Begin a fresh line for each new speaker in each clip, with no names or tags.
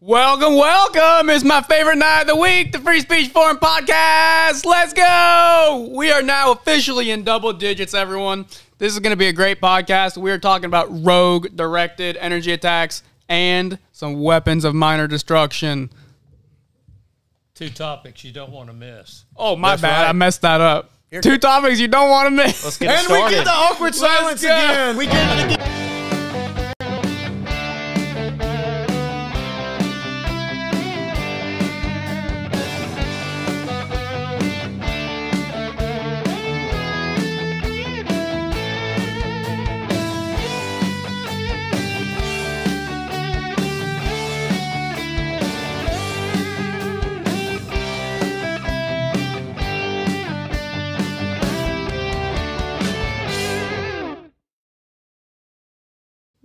Welcome, welcome. It's my favorite night of the week, the Free Speech Forum podcast. Let's go. We are now officially in double digits, everyone. This is going to be a great podcast. We are talking about rogue directed energy attacks and some weapons of minor destruction.
two topics you don't want to miss.
Oh, my
That's
bad.
right.
I messed that up.
Here-
Two topics you don't want to miss.
Let's get it started.
awkward silence again.
We get it again.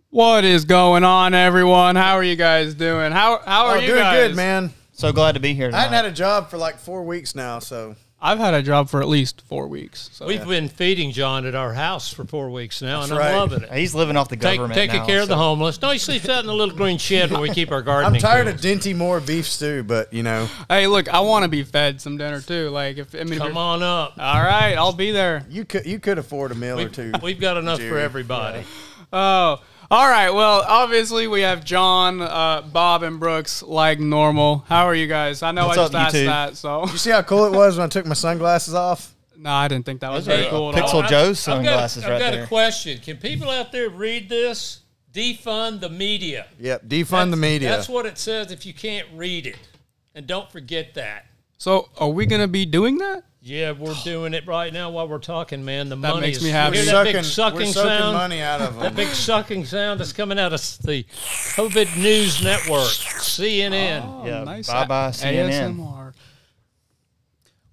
What is going on, everyone? How are you guys doing? How how are
Oh,
you
doing
guys?
good, man.
So glad to be here.
I
Tonight.
hadn't had a job for like four weeks now, so
I've had a job for at least four weeks. So.
We've been feeding John at our house for four weeks now, and
right.
I'm loving it.
He's living off the
Take,
government.
taking
now,
care of the
so-
homeless. No, he sleeps out in the little green shed where we keep our gardening.
I'm tired of
tools.
Dinty Moore beef stew, but you know,
Hey, look, I want to be fed some dinner too. Like, if I mean, if
Come
you're-
on up.
all right, I'll be there.
you could you could afford a meal or two.
We've got enough for
Jerry.
everybody.
Oh, all right. Well, obviously we have John, uh, Bob, and Brooks like normal. How are you guys? I know
What's
I
up,
just
you
asked
two?
that, so
You see how cool it was when I took my sunglasses off?
no, I didn't think that was
Those
very
are
cool. at
pixel
all.
Well, Joe's
I've got a-
sunglasses
I've
right
got a
there.
question. Can people out there read this? Defund the media.
Yep, defund
That's-
the media.
That's what it says if you can't read it. And don't forget that.
So, are we gonna be doing that?
Yeah, we're doing it right now while we're talking, man. The
That
money
makes
is-
me happy.
You
we're
hear
sucking,
that big
we're
sucking
sucking
sound?
money out of
That
them.
big sucking sound that's coming out of the COVID News Network, CNN.
Oh,
Yeah, bye-bye, CNN.
ASMR.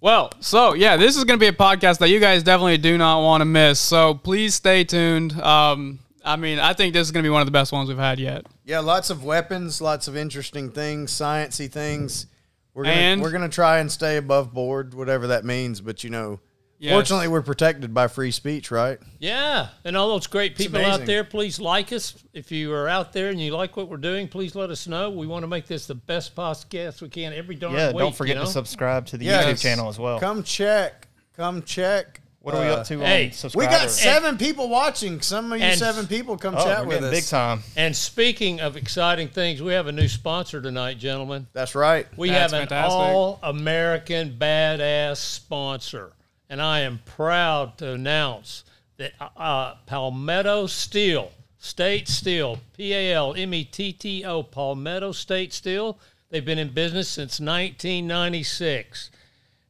Well, so yeah, this is going to be a podcast that you guys definitely do not want to miss. So please stay tuned. Um, I mean, I think this is going to be one of the best ones we've had yet.
yeah, lots of weapons, lots of interesting things, sciency things. We're gonna
And-
we're gonna try and stay above board, whatever that means. But you know,
Yes.
fortunately, we're protected by free speech, right?
Yeah, and all those great people out
amazing.
there, please like us. If you are out there and you like what we're doing, please let us know. We want to make this the best podcast we can every darn
Yeah,
week.
don't forget
you know?
to subscribe to the YouTube channel as well.
Come check, come check. Uh,
what are we up to on
hey, we got
We
subscribers?
got seven people watching. Some of you
And-
seven people come
Oh,
chat
we're
with
getting
us.
big time.
And speaking of exciting things, we have a new sponsor tonight, gentlemen.
That's right.
We
That's
have an
fantastic.
all-American badass sponsor, and I am proud to announce that uh, Palmetto Steel, State Steel, P A L M E T T O, Palmetto State Steel. They've been in business since 1996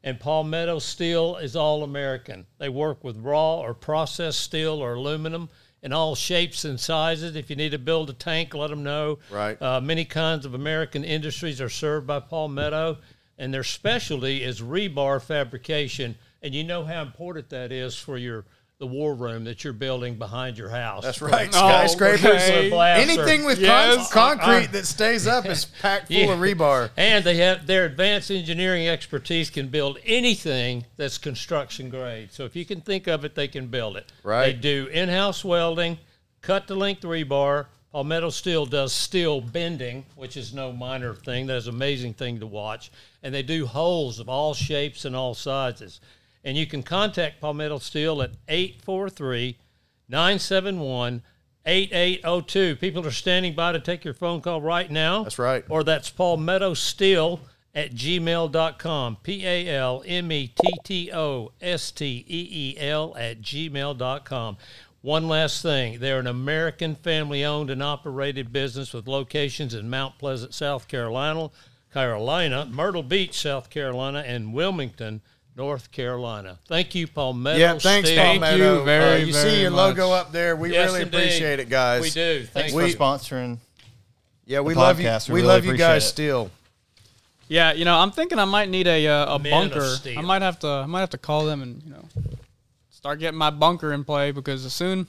and Palmetto Steel is all American. They work with raw or processed steel or aluminum in all shapes and sizes. If you need to build a tank, let them know.
Right.
Uh, many kinds of American industries are served by Palmetto, and their specialty is rebar fabrication. And you know how important that is for your the war room that you're building behind your house.
That's right.
Oh,
Skyscrapers.
okay.
Blaster.
Anything with
Yes.
con- concrete that stays up is packed full
Yeah.
of rebar.
And they have their advanced engineering expertise can build anything that's construction grade. So if you can think of it, they can build it. They
Right.
do in-house welding, cut to length rebar. Palmetto Steel does steel bending, which is no minor thing. That is an amazing thing to watch. And they do holes of all shapes and all sizes. And you can contact Palmetto Steel at 843 971 8802. People are standing by to take your phone call right now.
That's right.
Or that's Palmetto Steel at gmail.com. P A L M E T T O S T E E L at gmail.com. One last thing they're an American family owned and operated business with locations in Mount Pleasant, South Carolina, Carolina, Myrtle Beach, South Carolina, and Wilmington, North Carolina. Thank you, Palmetto
Yeah, thanks,
Steel.
Palmetto.
you very,
Uh, you
very
see your
much.
logo up there. We
Yes,
really
indeed.
appreciate it, guys.
We do. Thanks
Thanks
for
We-
for sponsoring.
Yeah, we
The
love you.
podcast,
We
we really
love you
appreciate
guys
it.
still.
Yeah, you know, I'm thinking I might need a uh, a
Men of
bunker.
steel.
I might have to I might have to call them and you know start getting my bunker in play because as soon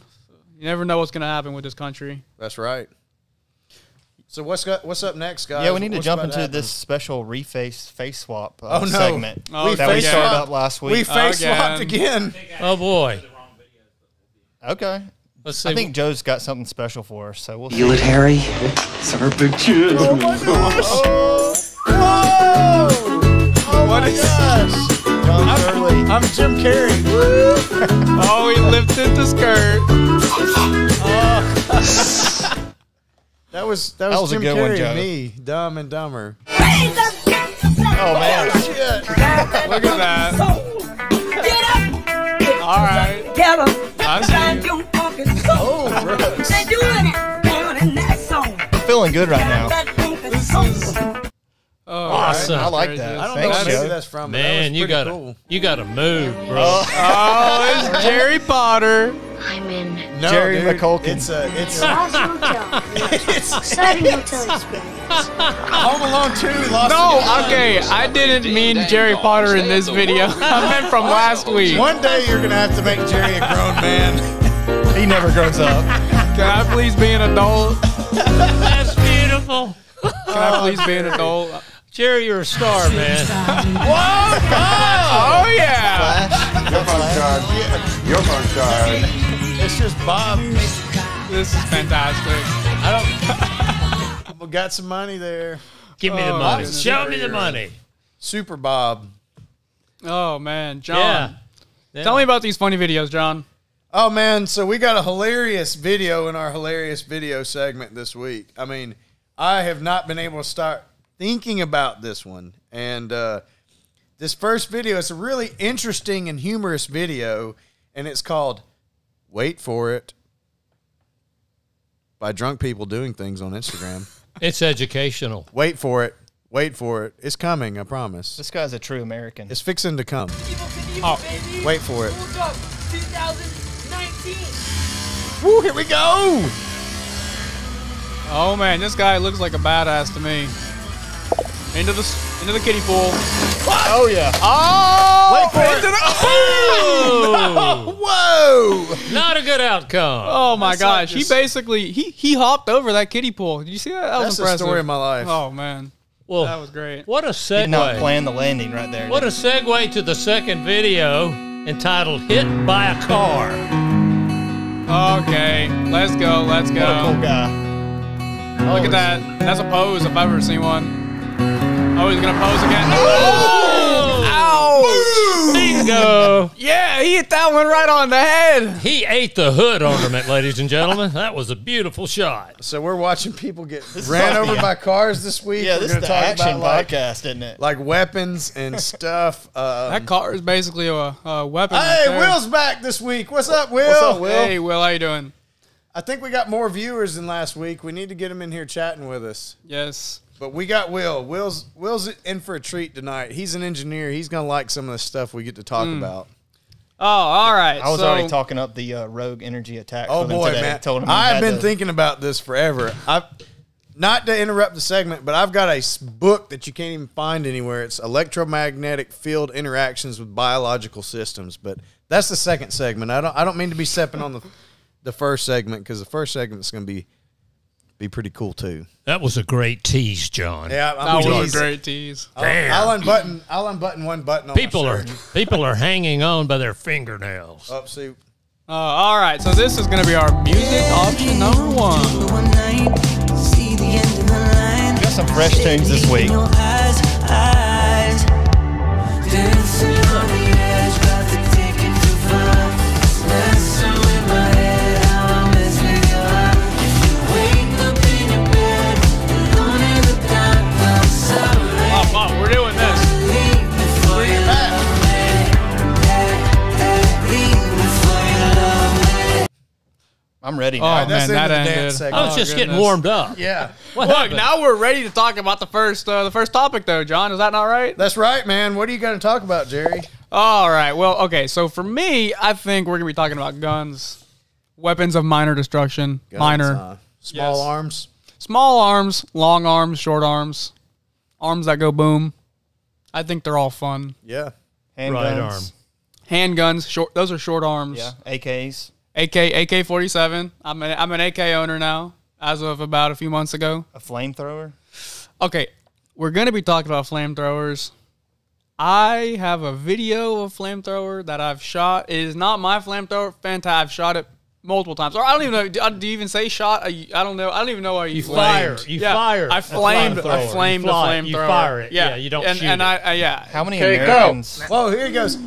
you never know what's gonna happen with this country.
That's right. So what's got, what's up next, guys?
Yeah, we need to
What's
jump
about
into
happen?
this special reface face swap uh,
Oh, no.
segment
Oh,
that we
face
started
swap.
up last
We
week.
face
Again.
swapped again.
Oh, boy.
okay.
Oh, Let's see.
I think Joe's got something special for us, so we'll see.
Feel it, Harry. Serpent Jim.
What is Oh, gosh.
John Gurley.
I'm Jim Carrey.
Oh, he lifted the skirt.
That was that was,
was a
Jim
good one,
Carrey
Joe.
and me, Dumb and Dumber.
Oh man,
Look at that. All right.
Get up,
I
shine
see you.
your fucking soul.
Oh, bro.
They doing it, doing that song.
I'm feeling good right now.
That funky soul.
Oh,
Awesome.
I like
I
that.
don't know
Thanks,
who
Joe.
that's from. but that was
man, you
pretty
gotta
cool.
you gotta move, bro.
Oh, it's Harry Potter.
I'm in.
No,
Jerry
dude,
McCulkin.
It's a it's
Lost Motel. Exciting hotel experience.
Home Alone Two. Lost
No, Oh, okay. I didn't mean Jerry Potter in this video. I meant from last week.
One day you're gonna have to make Jerry a grown man.
He never grows up.
Can I please be an adult?
That's beautiful.
Can I please be an adult?
Jerry, you're a star, man.
Oh yeah.
You're from charge. You're from charge.
It's just Bob.
This is fantastic.
Got some money there.
Give me the
Oh,
money.
I'm
Show me the money.
Super Bob.
Oh man, John.
Yeah.
Tell me about these funny videos, John.
Oh man, so we got a hilarious video in our hilarious video segment this week. I mean, I have not been able to start thinking about this one. And uh, this first video is a really interesting and humorous video, and it's called Wait for It by drunk people doing things on Instagram.
It's educational.
Wait for it. Wait for it. It's coming, I promise.
This guy's a true American.
It's fixing to come.
Oh,
Wait for it. Woo, here we go.
Oh man, this guy looks like a badass to me. Into the s- into the kiddie pool.
Oh yeah.
Oh,
Wait for
into
it.
the- oh!
Whoa.
Not a good outcome.
Oh, my
That's like
gosh,
just-
he basically he he hopped over that kiddie pool. Did you see that? That
That's
was
the
impressive.
story of my life.
Oh man,
well,
that was great.
What a
Did not
segue.
plan the landing right there.
What a segue to the second video entitled Hit by a Car.
Okay, let's go, let's go.
What a cool guy.
Look at that. That's a pose if I've ever seen one. Oh, he's gonna pose again. Oh! Ouch!
Bingo.
Yeah, he hit that one right on the head.
He ate the hood ornament, ladies and gentlemen. That was a beautiful shot.
So we're watching people get
This is
ran
not
over
the-
by cars this week.
Yeah,
We're
this
gonna
is the
talk
action
about, like,
podcast, isn't it?
Like weapons and stuff. Uh,
That car is basically a, a weapon. right
hey,
there.
Will's back this week. What's up, Will?
What's up, Will?
Hey, Will, how you doing?
I think we got more viewers than last week. We need to get him in here chatting with us.
Yes.
But we got Will. Will's Will's in for a treat tonight. He's an engineer. He's gonna like some of the stuff we get to
Mm.
talk about.
Oh, all right.
I was
so-
already talking up the uh, rogue energy attack.
Oh
with him
boy,
today.
man!
Told him he
I've
had
been
to-
thinking about this forever. I've not to interrupt the segment, but I've got a s- book that you can't even find anywhere. It's electromagnetic field interactions with biological systems. But that's the second segment. I don't. I don't mean to be stepping on the the first segment because the first segment's going to be be pretty cool too.
That was a great tease, John.
Yeah,
That
I'm
was a
teasing.
great tease.
Damn.
I'll unbutton. I'll unbutton one button. On my
People are
shirt. Oh,
people are hanging on by their fingernails.
up.
Oh,
See,
Uh, all right, so this is going to be our music option number one.
Got some fresh tunes this week.
Oh, wow, we're doing this.
I'm ready
Oh,
now.
man,
that's the
that
end of the
ended.
dance segment.
I was
Oh,
just getting
goodness.
warmed up.
yeah,
What
Look,
happened?
now we're ready to talk about the first uh, the first topic, though, John. Is that not right?
that's right, man. What are you going to talk about, Jerry?
All right. Well, okay. So for me, I think we're gonna be talking about guns, weapons of minor destruction, minor,
Uh, small
Yes.
arms.
small arms, long arms, short arms, arms that go boom. I think they're all fun.
Yeah.
Handguns.
Right arm.
Handguns, short. Those are short arms.
Yeah, AKs.
AK, AK forty seven. I'm an I'm an AK owner now, as of about a few months ago.
A flamethrower.
Okay, we're gonna be talking about flamethrowers. I have a video of flamethrower that I've shot. It is not my flamethrower. Fanta, I've shot it multiple times. Or I don't even know. Do, do you even say shot? I, I don't know. I don't even know. Are you,
fire.
flamed.
You
yeah.
fire
I
a
flamed.
flamethrower.
I
You
flamed. a
fly-
flamethrower.
you fire it. Yeah, you don't
and,
shoot
and
it.
I, I yeah.
How many
Okay, go.
Americans?
Whoa, here he goes.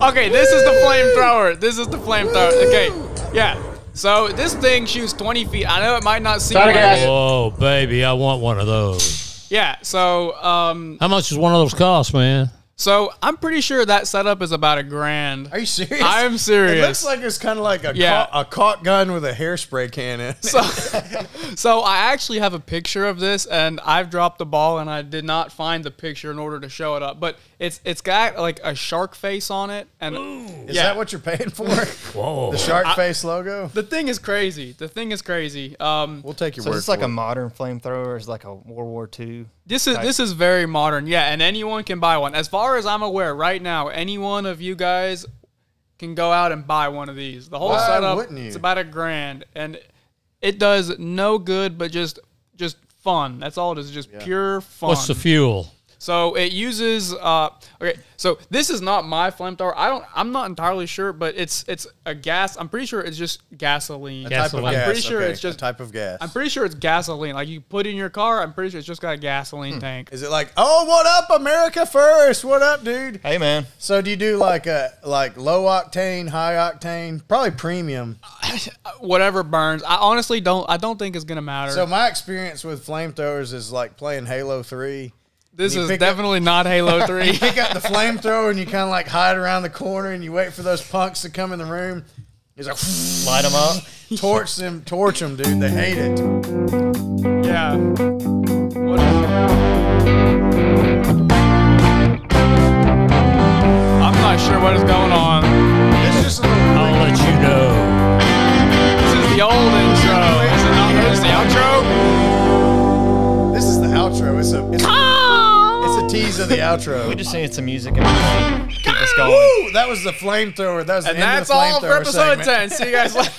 Okay, this is the flamethrower. This is the flamethrower. Okay, yeah. So this thing shoots 20 feet. I know it might not seem
Not a
like
gas.
it.
Whoa, baby, I want one of those.
Yeah. So um,
How much does one of those cost, man?
so I'm pretty sure that setup is about a grand.
Are you serious?
I'm
It
serious.
looks like it's kind of like a,
Yeah.
ca- a caulk gun with a hairspray can in it.
so, so I actually have a picture of this, and I've dropped the ball, and I did not find the picture in order to show it up. But it's it's got like a shark face on it, and
Is
yeah.
that what you're paying for?
Whoa.
The shark face logo?
the thing is crazy. The thing is crazy. Um,
We'll take your
So
word
it's like
for
a
it.
modern flamethrower. It's like a World War II.
This is this is very modern, yeah, and anyone can buy one. As far as I'm aware, right now, any one of you guys can go out and buy one of these. The whole
Why
setup
wouldn't you?
it's about a grand, and it does no good but just just fun. That's all it is, just pure fun.
What's the fuel?
So it uses uh okay, so this is not my flamethrower. I don't I'm not entirely sure, but it's it's a gas. I'm pretty sure it's just gasoline.
Gas-
type of
I'm
gas.
pretty sure
okay,
it's just-
a type of gas.
I'm pretty sure it's gasoline. Like you put in your car, I'm pretty sure it's just got a gasoline
Hmm.
tank.
Is it like, oh, what up, America first? What up, dude?
Hey man,
So do you do like a like low octane, high octane, probably premium?
whatever burns. I honestly don't. I don't think it's gonna matter.
So my experience with flamethrowers is like playing Halo Three.
this
you
is
pick up-
definitely not Halo Three.
Pick up the flamethrower and you kind of like hide around the corner and you wait for those punks to come in the room. It's like
light them up.
torch them, torch them, dude. They hate it.
yeah. What is- I'm not sure what is going on.
It's just a little.
I'll let you know.
This is the old intro. Is it not? This is the outro.
This is the outro. It's a it's a, it's a tease of the outro.
We just need some music in between. Keep us going.
Woo! That was the flamethrower. That was the
And
end
that's
of the
all for
flamethrower
episode
segment.
ten. See you guys later.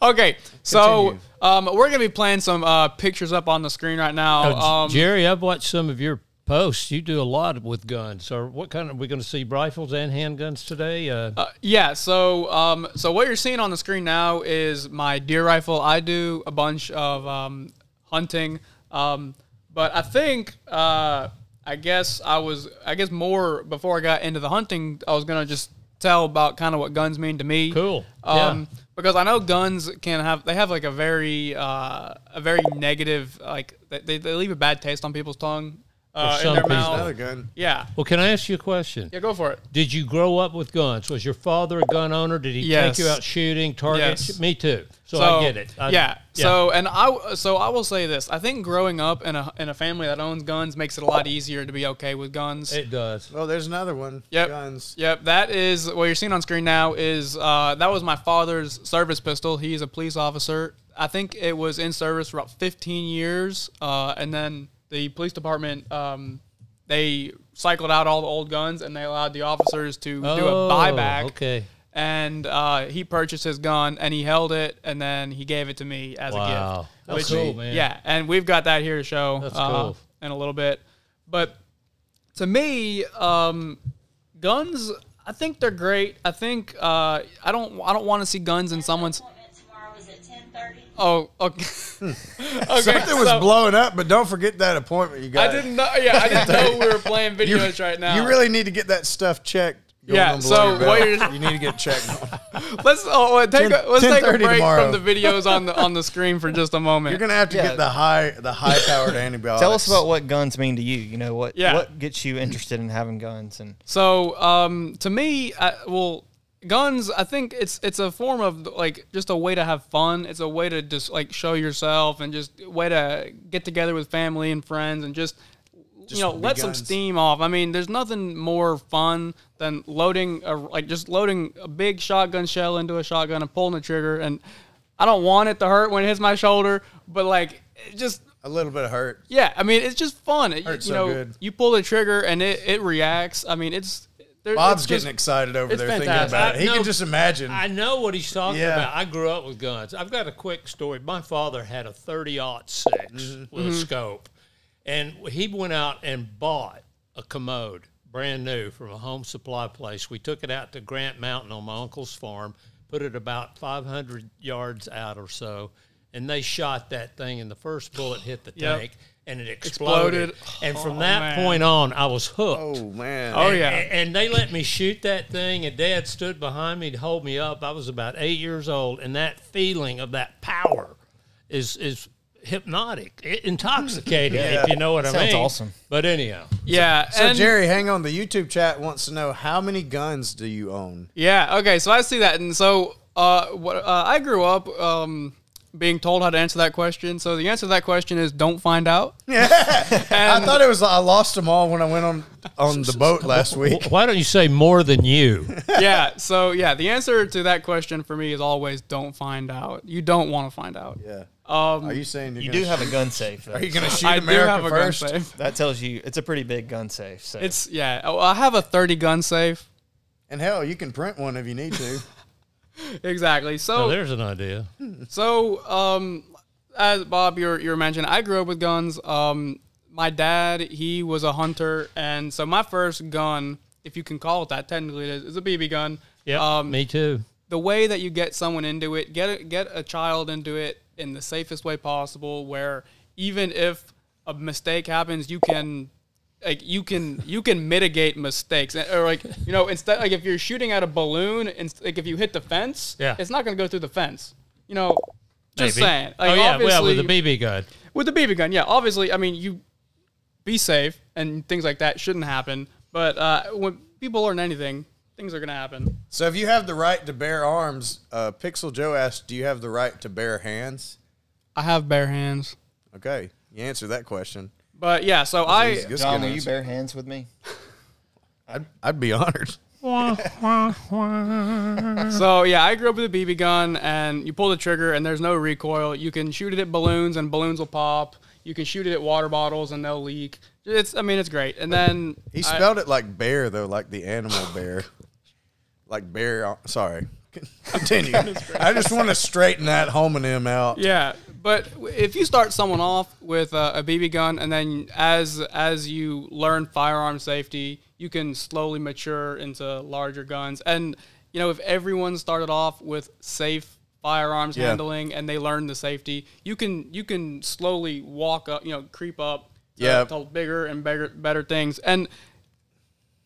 okay, so
Continue.
um, we're gonna be playing some uh, pictures up on the screen right
Oh,
now.
Now,
Um,
J- Jerry, I've watched some of your posts. You do a lot with guns. Or what kind of? Are we going to see rifles and handguns today? Uh,
Yeah, so um, so what you're seeing on the screen now is my deer rifle. I do a bunch of um, hunting, um, but I think uh, I guess I was I guess more before I got into the hunting, I was gonna just tell about kind of what guns mean to me.
Cool.
Um, Because I know guns can have they have like a very uh, a very negative like they- they, they leave a bad taste on people's tongue uh, in
some
their
people.
mouth.
Another gun.
Yeah,
well, can I ask you a question?
yeah, go for it.
Did you grow up with guns? Was your father a gun owner? Did he
Yes.
take you out shooting targets?
Yes.
Me too. So, I get it. I-
yeah. So and I so I will say this. I think growing up in a in a family that owns guns makes it a lot easier to be okay with guns.
it does.
Oh, there's another one.
yep.
Guns.
Yep. That is what you're seeing on screen now. Is uh, that was my father's service pistol. He's a police officer. I think it was in service for about 15 years, uh, and then the police department. Um, they cycled out all the old guns and they allowed the officers to do a
Oh,
buyback
Okay.
and uh, he purchased his gun and he held it and then he gave it to me as a
Wow.
gift.
That's cool, man.
Yeah, and we've got that here to show
That's
uh,
cool.
in a little bit. But to me, um, guns. I think they're great. I think uh, I don't. I don't want to see guns in someone's.
Tomorrow is at ten thirty.
Oh, okay. okay
Hmm. Something was
so
blowing up, but don't forget that appointment you
I
got.
didn't know. Yeah, I didn't know we were playing videos right now.
You really need to get that stuff checked. going
Yeah,
on below
so
your belt.
what you're-
you need to get checked.
let's oh, take a,
10
let's take a
10:30
break
tomorrow.
from the videos on the on the screen for just a moment.
You're gonna have to
Yeah.
get the high, the high powered antibiotics.
Tell us about what guns mean to you. You know what?
Yeah.
What gets you interested in having guns? And
So, um, to me, I, well, guns. I think it's it's a form of like just a way to have fun. It's a way to just like show yourself and just a way to get together with family and friends and just. you know,
be
let some
guns.
steam off. I mean, there's nothing more fun than loading, a, like just loading a big shotgun shell into a shotgun and pulling the trigger. And I don't want it to hurt when it hits my shoulder, but like, it just
a little bit of hurt.
yeah, I mean, it's just fun. It,
Hurts
you
so
know,
good.
you pull the trigger and it, it reacts. I mean, it's there,
Bob's
it's just-
getting excited over
it's
there
fantastic.
thinking about it. He
I- no,
can just imagine.
I know what he's talking
Yeah.
about. I grew up with guns. I've got a quick story. My father had a 30 6
Mm-hmm.
with
Mm-hmm.
a scope, and he went out and bought a commode brand new from a home supply place. We took it out to Grant Mountain on my uncle's farm, put it about 500 yards out or so, and they shot that thing, and the first bullet hit the
Yep.
tank, and it exploded.
Exploded.
And from
Oh,
that
man.
point on, I was hooked.
Oh man.
Oh,
And-
yeah.
And, and they let me shoot that thing, and Dad stood behind me to hold me up. I was about eight years old, and that feeling of that power is is hypnotic, it, intoxicating, if you know what I mean.
Sounds awesome.
But anyhow,
Yeah.
So
and-
Jerry, hang on. The YouTube chat wants to know how many guns do you own?
Yeah. Okay. So I see that, and so uh, what uh, I grew up um, being told how to answer that question. So the answer to that question is don't find out.
I thought it was I lost them all when I went on on the boat last week.
why don't you say more than you?
yeah. So yeah, the answer to that question for me is always don't find out. You don't want to find out.
Yeah. Um, Are you saying you're
You
gonna
do have
shoot-
a gun safe. Though,
Are you going to
so
shoot
I
America
do have a
first?
gun safe.
that tells you it's a pretty big gun safe. So
It's yeah. oh, I have a thirty gun safe.
And hell, you can print one if you need to.
Exactly. So
Well, there's an idea.
So, um, as Bob, you're you're mentioning, I grew up with guns. Um, my dad, he was a hunter, and so my first gun, if you can call it that, technically it is, is a BB gun.
Yeah,
Um,
me too.
the way that you get someone into it, get a, get a child into it in the safest way possible, where even if a mistake happens, you can like you can you can mitigate mistakes And- or like you know instead like if you're shooting at a balloon and like if you hit the fence
Yeah.
it's not going to go through the fence you know just
Maybe.
saying
oh
Like,
yeah, well with a
obviously-
BB gun.
with the BB gun, yeah. Obviously, I mean, you be safe and things like that shouldn't happen. But uh, when people learn anything, things are gonna happen.
so if you have the right to bear arms, uh, Pixel Joe asked, "Do you have the right to bear hands?"
I have bare hands,
Okay, you answer that question.
but yeah. So I,
Good
John, will
answer.
you bare hands with me?
I'd, I'd be honored.
so yeah, I grew up with a BB gun, and you pull the trigger, and there's no recoil. You can shoot it at balloons, and balloons will pop. You can shoot it at water bottles, and they'll leak. It's, I mean, it's great. And then
He
I-
spelled it like bear though, like the animal bear, like bear. ar- Sorry, continue. I just want to straighten that homonym out.
Yeah, but if you start someone off with a, a BB gun, and then as as you learn firearm safety, you can slowly mature into larger guns. And you know, if everyone started off with safe firearms
Yeah.
handling, and they learn the safety, you can you can slowly walk up, you know, creep up, to-
Yeah.
to bigger and bigger better things. And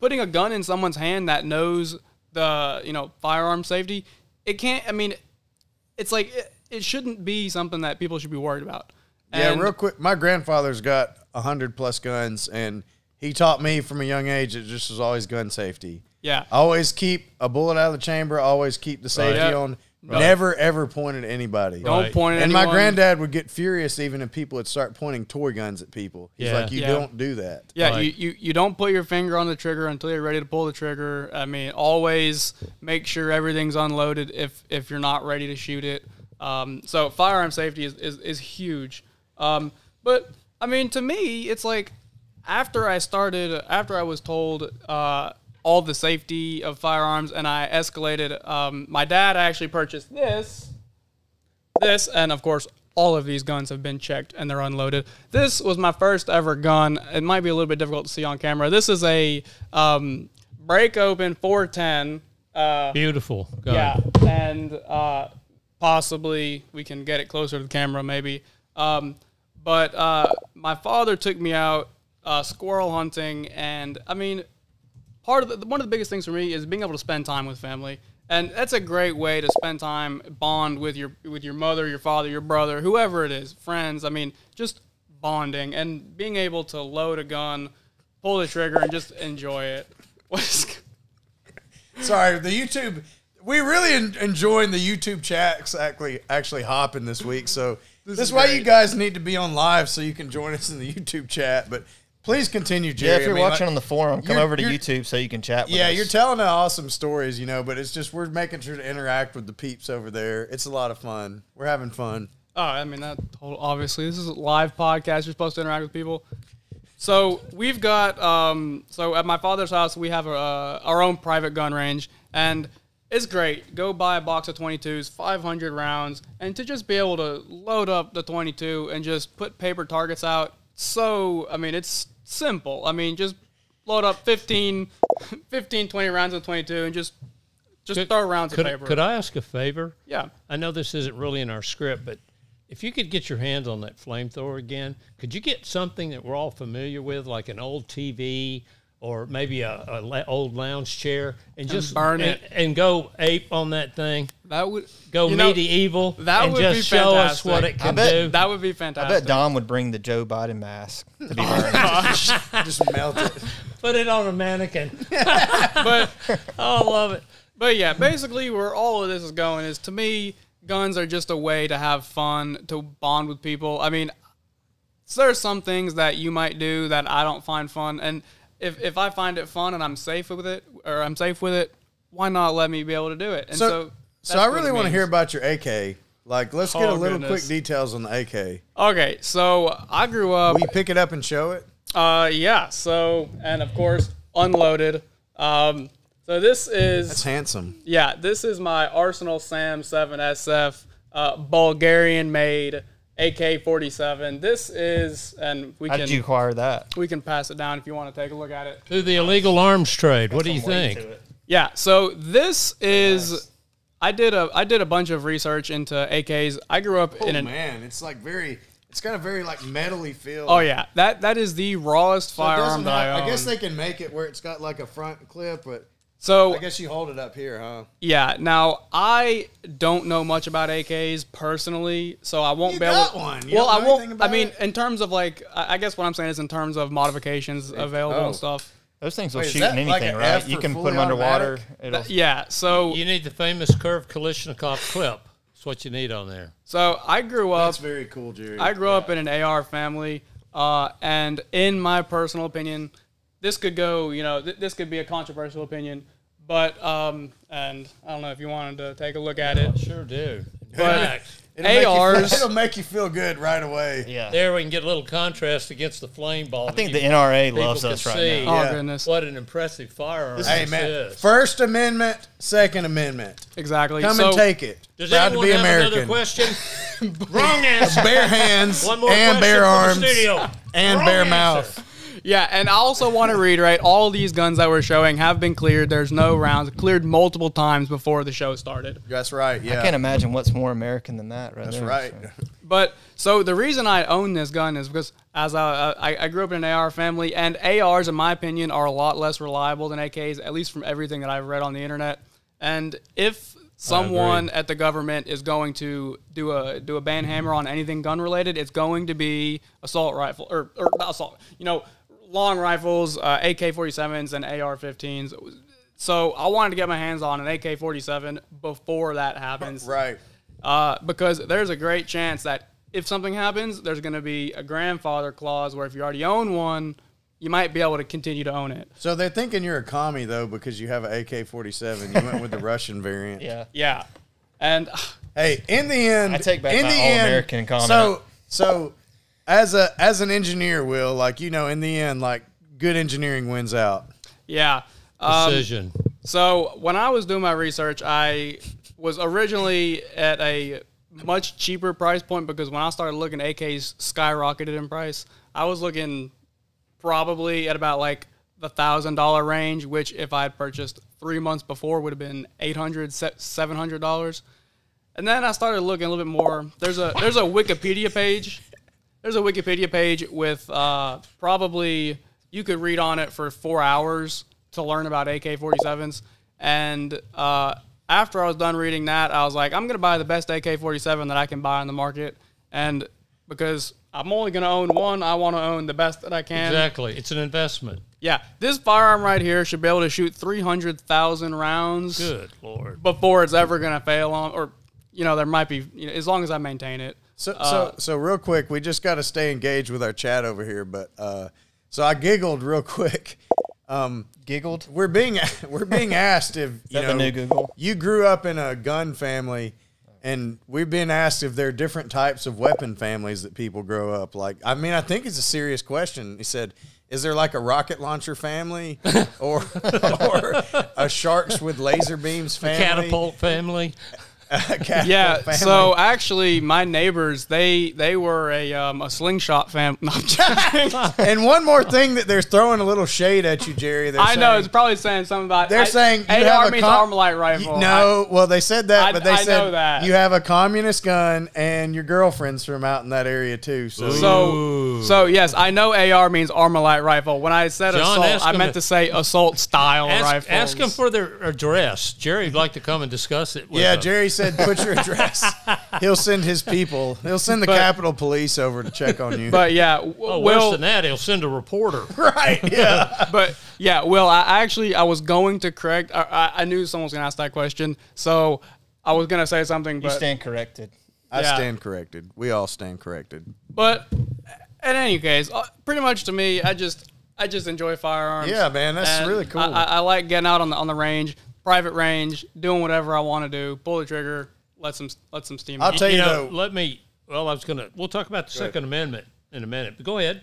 putting a gun in someone's hand that knows the you know firearm safety, it can't. I mean it's like it, it shouldn't be something that people should be worried about.
Yeah,
And-
real quick. My grandfather's got a hundred plus guns, and he taught me from a young age. It just was always gun safety.
Yeah.
always keep a bullet out of the chamber. Always keep the safety
Right.
on. Never ever point at anybody.
Don't
Right.
point at
And my
anyone.
granddad would get furious even if people would start pointing toy guns at people. He's
Yeah.
like, "You
Yeah.
don't do that."
Yeah,
Right.
you, you, you don't put your finger on the trigger until you're ready to pull the trigger. I mean, always make sure everything's unloaded if if you're not ready to shoot it. Um, so firearm safety is, is, is huge. Um, but I mean, to me, it's like after I started, after I was told uh, all the safety of firearms, and I escalated. Um, my dad actually purchased this. this, and of course, all of these guns have been checked and they're unloaded. This was my first ever gun. It might be a little bit difficult to see on camera. This is a um, break open 410.
Beautiful gun.
Yeah, and uh, possibly we can get it closer to the camera, maybe. Um, but uh, my father took me out uh, squirrel hunting, and I mean, part of the, one of the biggest things for me is being able to spend time with family, and that's a great way to spend time, bond with your with your mother, your father, your brother, whoever it is, friends. I mean, just bonding and being able to load a gun, pull the trigger, and just enjoy it. What's-
Sorry, the YouTube. We really en- enjoying the YouTube chats actually actually hopping this week. So this, is why you guys need to be on live so you can join us in the YouTube chat. But please continue, Jerry.
Yeah, if you're
I mean,
watching
like-
on the forum, come
you're-
over to
you're-
YouTube so you can chat. With
yeah,
us.
you're telling awesome stories, you know. But it's just we're making sure to interact with the peeps over there. It's a lot of fun. We're having fun.
Oh, I mean that total, obviously. This is a live podcast. You're supposed to interact with people. So we've got um, so at my father's house we have a, uh, our own private gun range, and it's great. Go buy a box of 22s, 500 rounds, and to just be able to load up the 22 and just put paper targets out. So I mean it's simple. I mean just load up 15, 15 20 rounds of 22 and just Just throw rounds of
could,
paper.
Could I ask a favor?
Yeah.
I know this isn't really in our script, but if you could get your hands on that flamethrower again, could you get something that we're all familiar with, like an old TV or maybe a, a la- old lounge chair, and just
burn
and,
it.
and go ape on that thing,
That would
go
you know,
medieval,
that
and
would
just
be
show us
fantastic.
what it
I
can
bet
do.
That would be
I
fantastic.
bet Dom would bring the Joe Biden mask to be burned.
Just melt it.
Put it on a mannequin.
but
I love it.
but yeah, basically where all of this is going is to me, guns are just a way to have fun, to bond with people. I mean, there are some things that you might do that I don't find fun, and if if I find it fun and I'm safe with it, or I'm safe with it, why not let me be able to do it? And so,
So, so,
that's
I
what
really
it
want to
means.
hear about your AK. Like, let's get
Oh,
a little
goodness.
quick details on the AK.
Okay, so I grew up.
Will you pick it up and show it?
Uh, yeah. So, and of course, unloaded. Um, so this is
It's handsome.
yeah. This is my Arsenal Sam 7SF uh, Bulgarian made AK-47. This is, and we
How
can
did you acquire that?
we can pass it down if you want to take a look at it.
Through the illegal arms trade. What do you
Some weight
think?
to it.
Yeah. So this is. I did a I did a bunch of research into AKs. I grew up
Oh
in an
man, it's like very. It's got a very like metally feel.
oh yeah that that is the rawest
So it
firearm
doesn't
that
have-
I own.
I guess they can make it where it's got like a front clip, but
so
I guess you hold it up here, huh?
Yeah. Now I don't know much about AKs personally, so I won't
You
be able.
got one. You
well,
don't
I
know
won't.
anything about
I mean,
it?
in terms of like, I I guess what I'm saying is in terms of modifications available
oh.
and stuff.
Those things will
Wait, is
shoot
that
in
like
anything,
an
right?
F
You
for
can put
fully
them underwater.
automatic?
It'll
Yeah. So
You need the famous curved Kalashnikov clip. That's what you need on there.
so I grew up.
That's very cool, Jerry.
Uh, I grew up in an AR family, uh, and in my personal opinion, this could go. You know, th- this could be a controversial opinion, but um, and I don't know if you wanted to take a look at it.
Sure do.
But
Fact,
ARs.
it'll make you feel good right away.
Yeah.
there we can get a little contrast against the flame ball.
I think the NRA loves
can
us right
see.
now.
oh
Yeah.
goodness.
What an impressive firearm this
Hey man,
is.
First Amendment, Second Amendment.
Exactly.
Come
so,
and take it.
Does
Proud to
anyone
be
have another
American.
question? Wrong answer.
Bare hands
One more
and
question
bare
from
arms
the studio.
and
Wrong
bare
answer.
mouth.
Yeah, and I also want to reiterate all these guns that we're showing have been cleared. There's no rounds cleared multiple times before the show started.
That's right. Yeah.
I can't imagine what's more American than that, right?
That's
there,
right.
so.
But so the reason I own this gun is because as I, I I grew up in an AR family, and ARs, in my opinion, are a lot less reliable than AKs, at least from everything that I've read on the internet. And if someone at the government is going to do a do a ban hammer on anything gun related, it's going to be assault rifle or, or not assault, you know, long rifles, uh, AK-47s, and AR-15s. So I wanted to get my hands on an AK-47 before that happens
Right.
uh, because there's a great chance that if something happens, there's going to be a grandfather clause where if you already own one, you might be able to continue to own it.
So they're thinking you're a commie though because you have an AK-47. You went with the Russian variant.
Yeah.
Yeah, and uh,
Hey, in the end,
I take back
in
my
the
all
end,
American comment.
So, so as a as an engineer, will like you know, in the end, like good engineering wins out.
yeah. Um,
Precision.
so when I was doing my research, I was originally at a much cheaper price point because when I started looking, AKs skyrocketed in price. I was looking probably at about like the thousand dollar range, which if I had purchased three months before would have been eight hundred, seven hundred dollars. And then I started looking a little bit more. There's a there's a Wikipedia page. There's a Wikipedia page with uh, probably you could read on it for four hours to learn about AK-47s. And uh, after I was done reading that, I was like, I'm gonna buy the best AK-47 that I can buy on the market. And because I'm only gonna own one, I want to own the best that I can.
Exactly. It's an investment.
Yeah, this firearm right here should be able to shoot 300,000 rounds
Good Lord.
before it's ever going to fail on, or, you know, there might be, you know, as long as I maintain it.
So,
Uh,
so, so real quick, we just got to stay engaged with our chat over here. But uh, so I giggled real quick. Um,
Giggled.
we're being we're being asked if you
that
know
the new Google?
You grew up in a gun family, and we've been asked if there are different types of weapon families that people grow up. Like, I mean, I think it's a serious question. He said, "Is there like a rocket launcher family, or or a sharks with laser beams family,
Catapult family.
Catholic
Yeah.
family.
So actually, my neighbors they they were a um, a slingshot fam. No, I'm joking.
and one more thing that they're throwing a little shade at you, Jerry. They're
I know
saying-
it's probably saying something about.
They're
I-
saying you
AR
have a
means
com-
arm light rifle.
You- no, well they said that,
I-
but they
I
said
know that.
you have a communist gun, and your girlfriend's from out in that area too. So,
I- so so yes, I know AR means armor light rifle. When I said
John,
assault,
ask
I
him
meant
if-
to say assault style
Ask,
rifles.
ask him for their address. Jerry'd like to come and discuss it. With
yeah,
them.
Jerry said put your address. He'll send his people. He'll send the
But-
Capitol Police over to check on you.
But yeah, w-
Oh, worse
Will.
than that, he'll send a reporter.
right, yeah.
But yeah, Will. I I actually I was going to correct. I, I, I knew someone was gonna ask that question, so I was gonna say something.
You
But
stand corrected.
I
Yeah.
stand corrected. We all stand corrected.
But in any case, uh, pretty much to me, I just I just enjoy firearms.
Yeah, man, that's
And
really cool.
I, I, I like getting out on the on the range, private range, doing whatever I want to do. Pull the trigger, let some let some steam.
I'll
out.
tell you,
You know,
though.
let me. Well, I was gonna. We'll talk about the Second Amendment in a minute. But go ahead.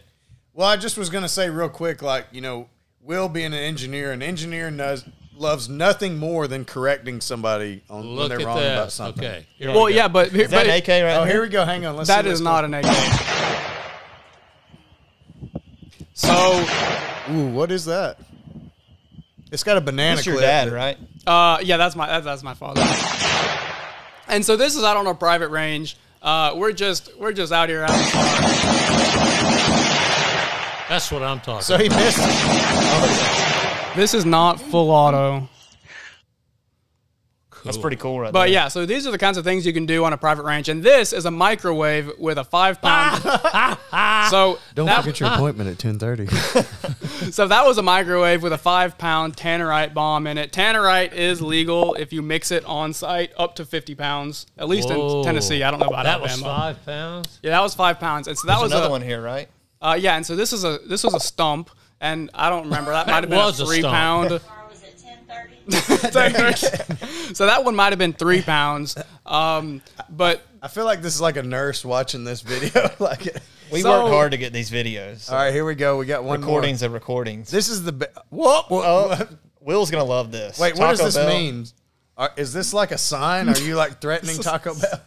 Well, I just was going to say real quick, like, you know, Will being an engineer, an engineer knows, loves nothing more than correcting somebody on when
Look
they're
at
wrong
that.
about something.
Okay. here we
well,
go.
yeah, but,
Is that
but
an AK right
Oh,
there?
here we go. Hang on. Let's
that
see
is
what's
not an AK. So,
going- Ooh, what is that? It's got a banana
That's your
clip.
dad, right?
uh, yeah, that's my that's, that's my father. And so this is out on a private range. Uh, we're just we're just out here. Out
that's what I'm talking.
So
about.
he missed it.
This is not full auto.
That's pretty cool, right?
But
there.
yeah, so these are the kinds of things you can do on a private ranch, and this is a microwave with a five pound. so
Don't
that,
forget your appointment at 1030.
so that was a microwave with a five pound tannerite bomb in it. Tannerite is legal if you mix it on site up to fifty pounds, at least
Whoa.
in Tennessee. I don't know about
that was
Alabama.
five pounds.
Yeah, that was five pounds, and so that
There's
was
another
a,
one here, right?
Uh, yeah, and so this is a this was a stump, and I don't remember that might have been
was
a
a
three
stump.
pound.
Tomorrow was at ten thirty.
so that one might have been three pounds, um, but.
I feel like this is like a nurse watching this video. like,
We
So-
worked hard to get these videos.
all right, here we go. We got one more.
recordings of recordings.
This is the. Be- Whoa, whoa,
oh, Will's gonna love this.
Wait, what does
Taco
this
Bell.
mean? Are, is this like a sign? Are you like threatening Taco Bell?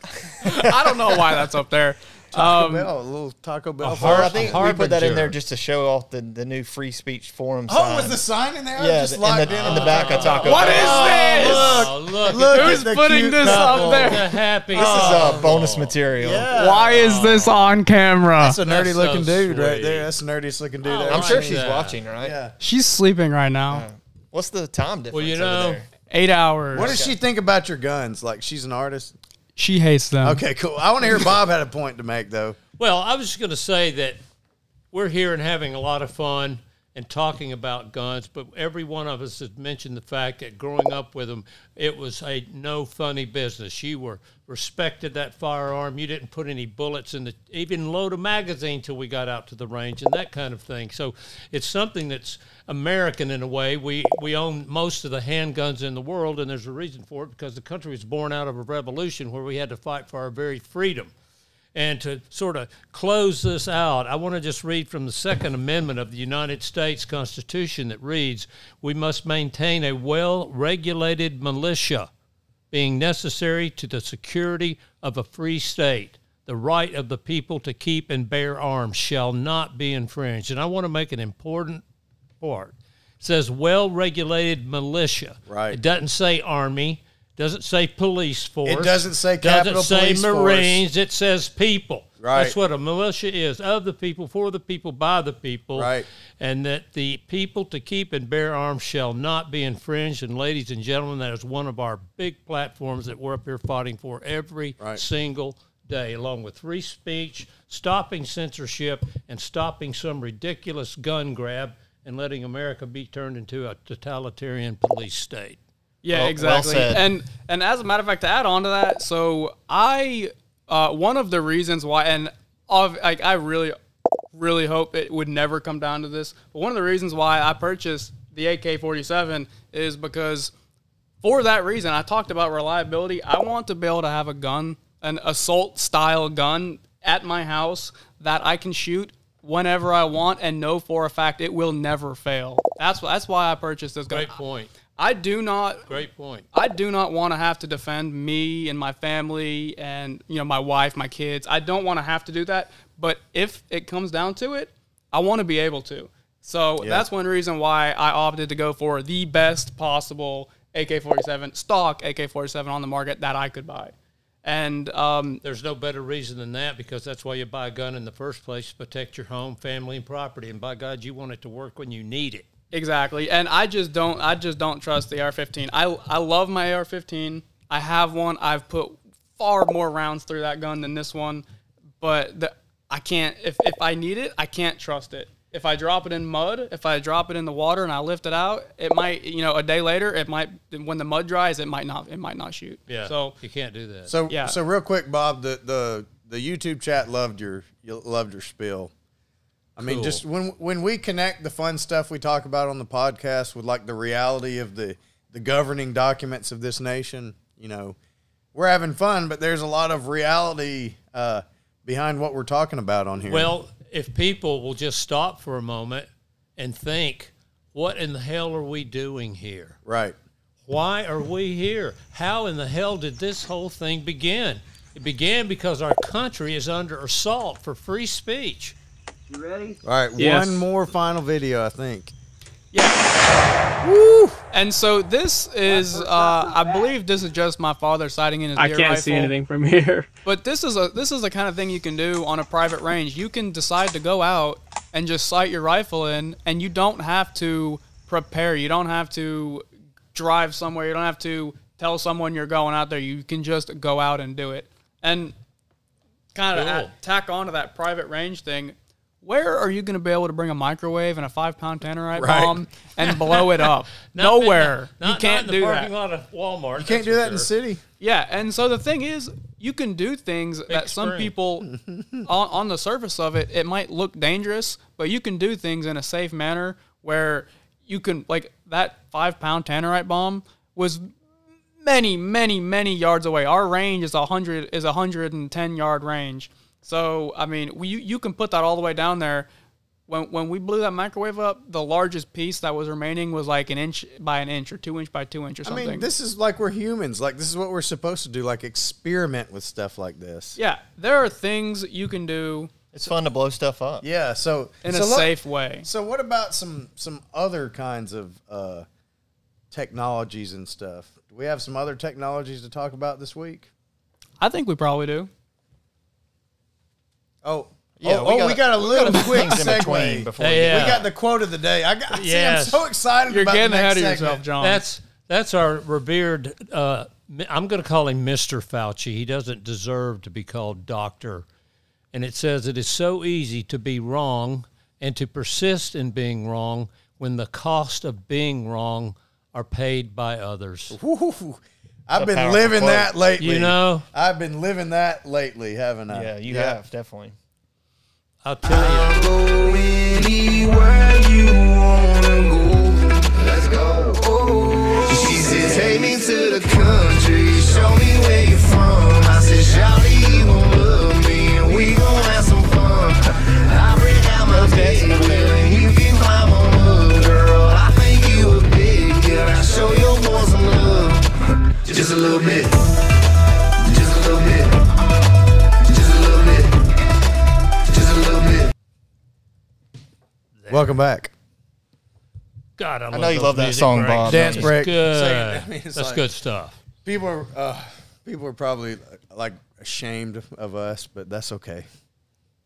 I don't know why that's up there.
Taco
Um,
Bell, a Oh, little Taco Bell. Oh,
Or I think we
Harbinger.
put that in there just to show off the, the new free speech forum.
oh,
sign.
was the sign in there? I
yeah
just
the-
locked
in, the,
in.
in the back of Taco
What
Bell.
is this?
Oh, look,
Look
Who's
at the
putting
cute
this
couple.
up there?
the happy.
This is uh, bonus material.
Yeah.
Why is this on camera?
That's a nerdy
That's so
looking dude right
sweet.
there. That's the nerdiest looking dude.
Oh,
ever.
I'm sure she's
Yeah.
watching, right?
Yeah.
She's sleeping right now.
What's the time difference?
you
over
know-
there?
Eight hours.
What does she think about your guns? Like she's an artist.
she hates them.
Okay, cool. I want to hear Bob had a point to make though.
Well, I was just going to say that we're here and having a lot of fun and talking about guns, but every one of us has mentioned the fact that growing up with them, it was a no funny business. You were respected that firearm. You didn't put any bullets in the even load a magazine till we got out to the range and that kind of thing. So it's something that's American in a way. We we own most of the handguns in the world, and there's a reason for it because the country was born out of a revolution where we had to fight for our very freedom. And to sort of close this out, I want to just read from the Second Amendment of the United States Constitution that reads We must maintain a well regulated militia, being necessary to the security of a free state. The right of the people to keep and bear arms shall not be infringed. And I want to make an important part. It says well regulated militia.
Right.
It doesn't say army, doesn't say police force.
doesn't say Capitol
doesn't say
Police Force.
Marines. It says people.
Right.
That's what a militia is of the people, for the people, by the people.
Right.
And that the people to keep and bear arms shall not be infringed. And ladies and gentlemen, that is one of our big platforms that we're up here fighting for every
Right.
single day, along with free speech, stopping censorship, and stopping some ridiculous gun grab and letting America be turned into a totalitarian police state.
Yeah,
Well- well
exactly.
said.
and and as a matter of fact, to add on to that, so I uh, one of the reasons why, and of like I really, really hope it would never come down to this. But one of the reasons why I purchased the AK forty seven is because for that reason, I talked about reliability. I want to be able to have a gun, an assault style gun at my house that I can shoot whenever I want and know for a fact it will never fail. That's why that's why I purchased this gun.
Great point.
I do not
Great point.
I do not want to have to defend me and my family and you know my wife, my kids. I don't want to have to do that. But if it comes down to it, I want to be able to. So that's one reason why I opted to go for the best possible AK-47 stock AK-47 on the market that I could buy. And um,
There's no better reason than that because that's why you buy a gun in the first place to protect your home, family, and property. And by God, you want it to work when you need it.
Exactly, and I just don't. I just don't trust the AR-15. I I love my AR-15. I have one. I've put far more rounds through that gun than this one, but the, I can't. If if I need it, I can't trust it. If I drop it in mud, if I drop it in the water and I lift it out, it might. You know, a day later, it might. When the mud dries, it might not. It might not shoot.
Yeah.
So
you can't do that.
So
Yeah.
so real quick, Bob, the the the YouTube chat loved your you loved your spill. I mean,
Cool.
just when when we connect the fun stuff we talk about on the podcast with like the reality of the the governing documents of this nation, you know, we're having fun, but there's a lot of reality uh, behind what we're talking about on here.
Well, if people will just stop for a moment and think, what in the hell are we doing here?
right.
Why are we here? How in the hell did this whole thing begin? It began because our country is under assault for free speech.
All right,
Yes.
one more final video, I think.
and so this is. Uh, I believe this is just my father sighting in his.
I
deer
can't see
rifle.
anything from here.
But this is a this is the kind of thing you can do on a private range. You can decide to go out and just sight your rifle in, and you don't have to prepare. You don't have to drive somewhere. You don't have to tell someone you're going out there. You can just go out and do it. And kind of
Cool.
tack on to that private range thing. Where are you going to be able to bring a microwave and a five pound tannerite
Right.
bomb and blow it up?
Not in the-
Nowhere.
not-
you can't
not in the
do
parking
that.
lot of Walmart.
You can't do that in the city.
Yeah, and so the thing is, you can do things that some
spring.
people, on, on the surface of it, it might look dangerous, but you can do things in a safe manner where you can, like that five pound tannerite bomb was many, many, many yards away. Our range is a hundred is a hundred and ten yard range. So I mean, we, you you can put that all the way down there. When when we blew that microwave up, the largest piece that was remaining was like an inch by an inch or two inch by two inch or
I
something.
mean, this is like we're humans. Like this is what we're supposed to do. Like experiment with stuff like this.
Yeah, there are things you can do
It's fun to blow stuff up.
Yeah, so
in
so
a
look-
safe way.
So what about some some other kinds of uh, technologies and stuff? Do we have some other technologies to talk about this week?
I think we probably do.
Oh,
Yeah,
oh,
we
oh, we, got
got-
a little quick
Things in between
segue.
before
Hey,
you-
yeah.
We got the quote of the day. I got. See, I'm
Yes.
so excited.
You're
about the
getting
next
ahead of
segment.
yourself, John.
That's that's our revered. Uh, mi- I'm going to call him Mr. Fauci. He doesn't deserve to be called doctor. And it says it is so easy to be wrong and to persist in being wrong when the cost of being wrong are paid by others.
Woo. I've been
powerful
living
quote.
that lately.
You know,
I've been living that lately, haven't I?
Yeah, you have definitely.
I'll tell you.
Anywhere you wanna go, let's go. She said, Take me to the country, show me where you're from. I said, Shawty, you gon' love me, and we gon' have some fun. I bring out my paper, and you can climb on up, girl. I think you a big girl. I show your boys some love, just a little bit, just a little bit, just a little bit, just a little bit.
Welcome back.
God, I, love
know you
those
love that
music
song,
breaks.
Bob.
Dance
It's
break.
Good.
I mean, it's
That's
like-
good stuff.
People are uh, people are probably like ashamed of us, but that's okay.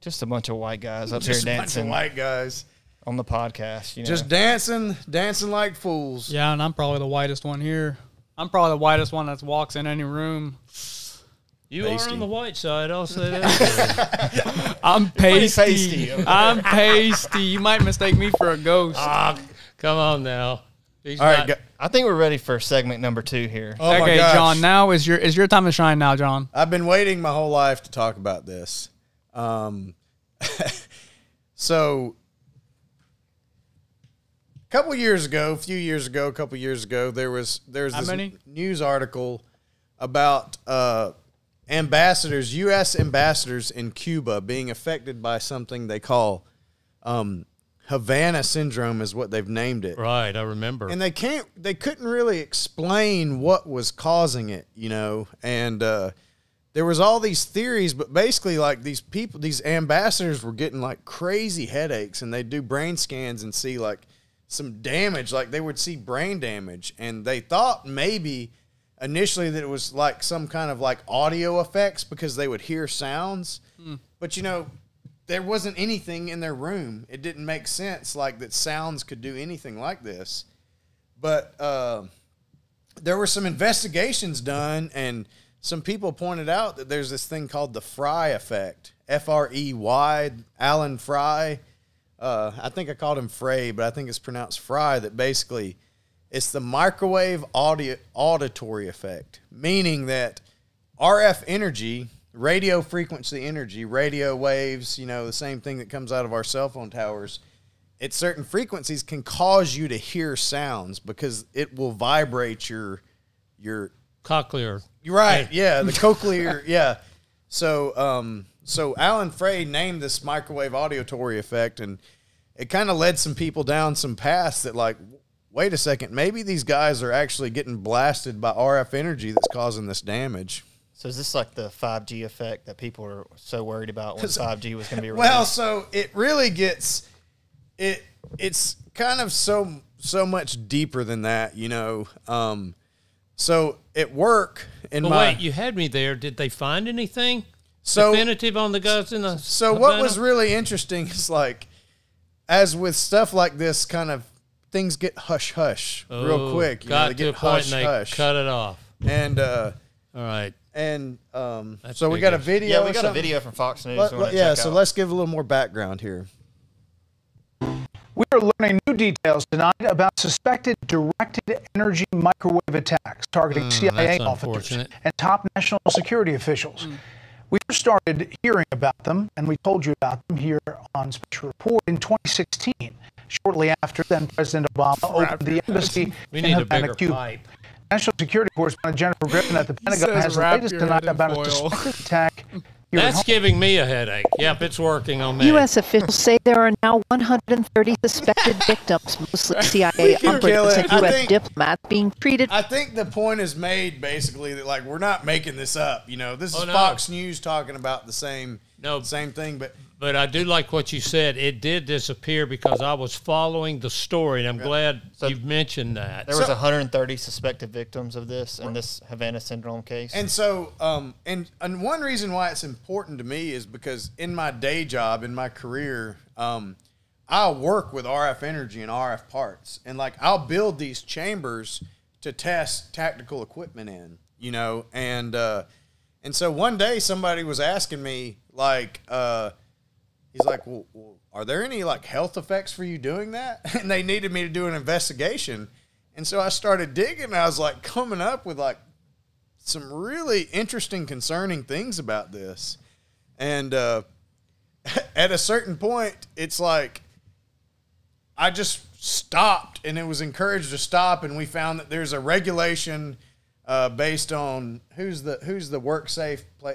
Just a bunch of white guys up
Just a
here
bunch of
dancing
white guys.
on the podcast. You know,
Just dancing, dancing like fools.
Yeah, and I'm probably the whitest one here. I'm probably the whitest one that walks in any room.
You
Pasty.
are on the white side. I'll say that.
I'm pasty.
pasty over
I'm pasty. You might mistake me for a ghost.
Oh
Ah, come on now. He's
All right,
not-
go-
I think we're ready for segment number two here.
oh my
okay,
gosh.
John. Now is your is your time to shine. Now, John.
I've been waiting my whole life to talk about this. Um, so, a couple years ago, a few years ago, a couple years ago, there was there was
How
this
many?
news article about uh, ambassadors, U.S. ambassadors in Cuba, being affected by something they call um, Havana syndrome is what they've named it.
Right, I remember.
and they can't they couldn't really explain what was causing it you know and uh there was all these theories but basically like these people these ambassadors were getting like crazy headaches and they'd do brain scans and see like some damage like they would see brain damage and they thought maybe initially that it was like some kind of like audio effects because they would hear sounds but you know there wasn't anything in their room it didn't make sense like that sounds could do anything like this but uh, there were some investigations done, and some people pointed out that there's this thing called the Fry effect. F R E Y, Alan Fry. Uh, I think I called him Frey, but I think it's pronounced Fry. That basically, it's the microwave audio auditory effect, meaning that RF energy, radio frequency energy, radio waves, you know, the same thing that comes out of our cell phone towers at certain frequencies can cause you to hear sounds because it will vibrate your your
Cochlear.
you're right yeah the cochlear yeah so um so alan frey named this microwave auditory effect and it kind of led some people down some paths that like wait a second maybe these guys are actually getting blasted by rf energy that's causing this damage
So is this like the 5G effect that people are so worried about when 5G was going to be released?
Well, so it really gets it it's kind of so so much deeper than that, you know. Um so at work in
But
my
wait, you had me there. Did they find anything
so
definitive on the guys in the?
So what
Havana?
was really interesting is like, as with stuff like this, kind of things get hush hush real
Oh,
quick. You know,
got
they
to
get
a point
hush
and they
hush,
cut it off.
and uh,
All right.
and um,
That's
so we
big
got a
issue.
video.
yeah, we
or
got a
something?
video from Fox News.
Let-
we wanna
let- yeah,
check
so
out.
let's give a little more background here.
we are learning new details tonight about suspected directed energy microwave attacks targeting CIA
Hmm, that's
officers
unfortunate.
and top national security officials.
Hmm.
We first started hearing about them, and we told you about them here on Special Report in 2016. Shortly after, then President Obama opened the embassy
We
in
need a
Havana,
bigger
Cuba.
pipe.
National Security Correspondent Jennifer Griffin at the Pentagon
says
has the
wrap
latest
your
tonight
head in
about a
foil.
suspected attack. here at
That's
home.
giving me a headache. Yep, it's working on me.
U.S. officials say there are now 130 suspected victims, mostly CIA
can kill
operatives
it.
and
I
U.S.
think-
diplomats, being treated
I think the point is made basically that like we're not making this up. You know, this is
Oh, no.
Fox News talking about the same
No.
same thing, but
But I do like what you said. It did disappear because I was following the story, and I'm glad you've mentioned that.
There was 130 suspected victims of this in this Havana syndrome case.
And so, um, and and one reason why it's important to me is because in my day job, in my career, um, I work with RF energy and RF parts, and like I'll build these chambers to test tactical equipment in, you know, and uh, and so one day somebody was asking me like, uh, he's like, well, well, are there any like health effects for you doing that? And they needed me to do an investigation, and so I started digging. And I was like coming up with like some really interesting, concerning things about this. And uh, at a certain point, it's like I just stopped and it was encouraged to stop. And we found that there's a regulation uh, based on who's the who's the work safe pla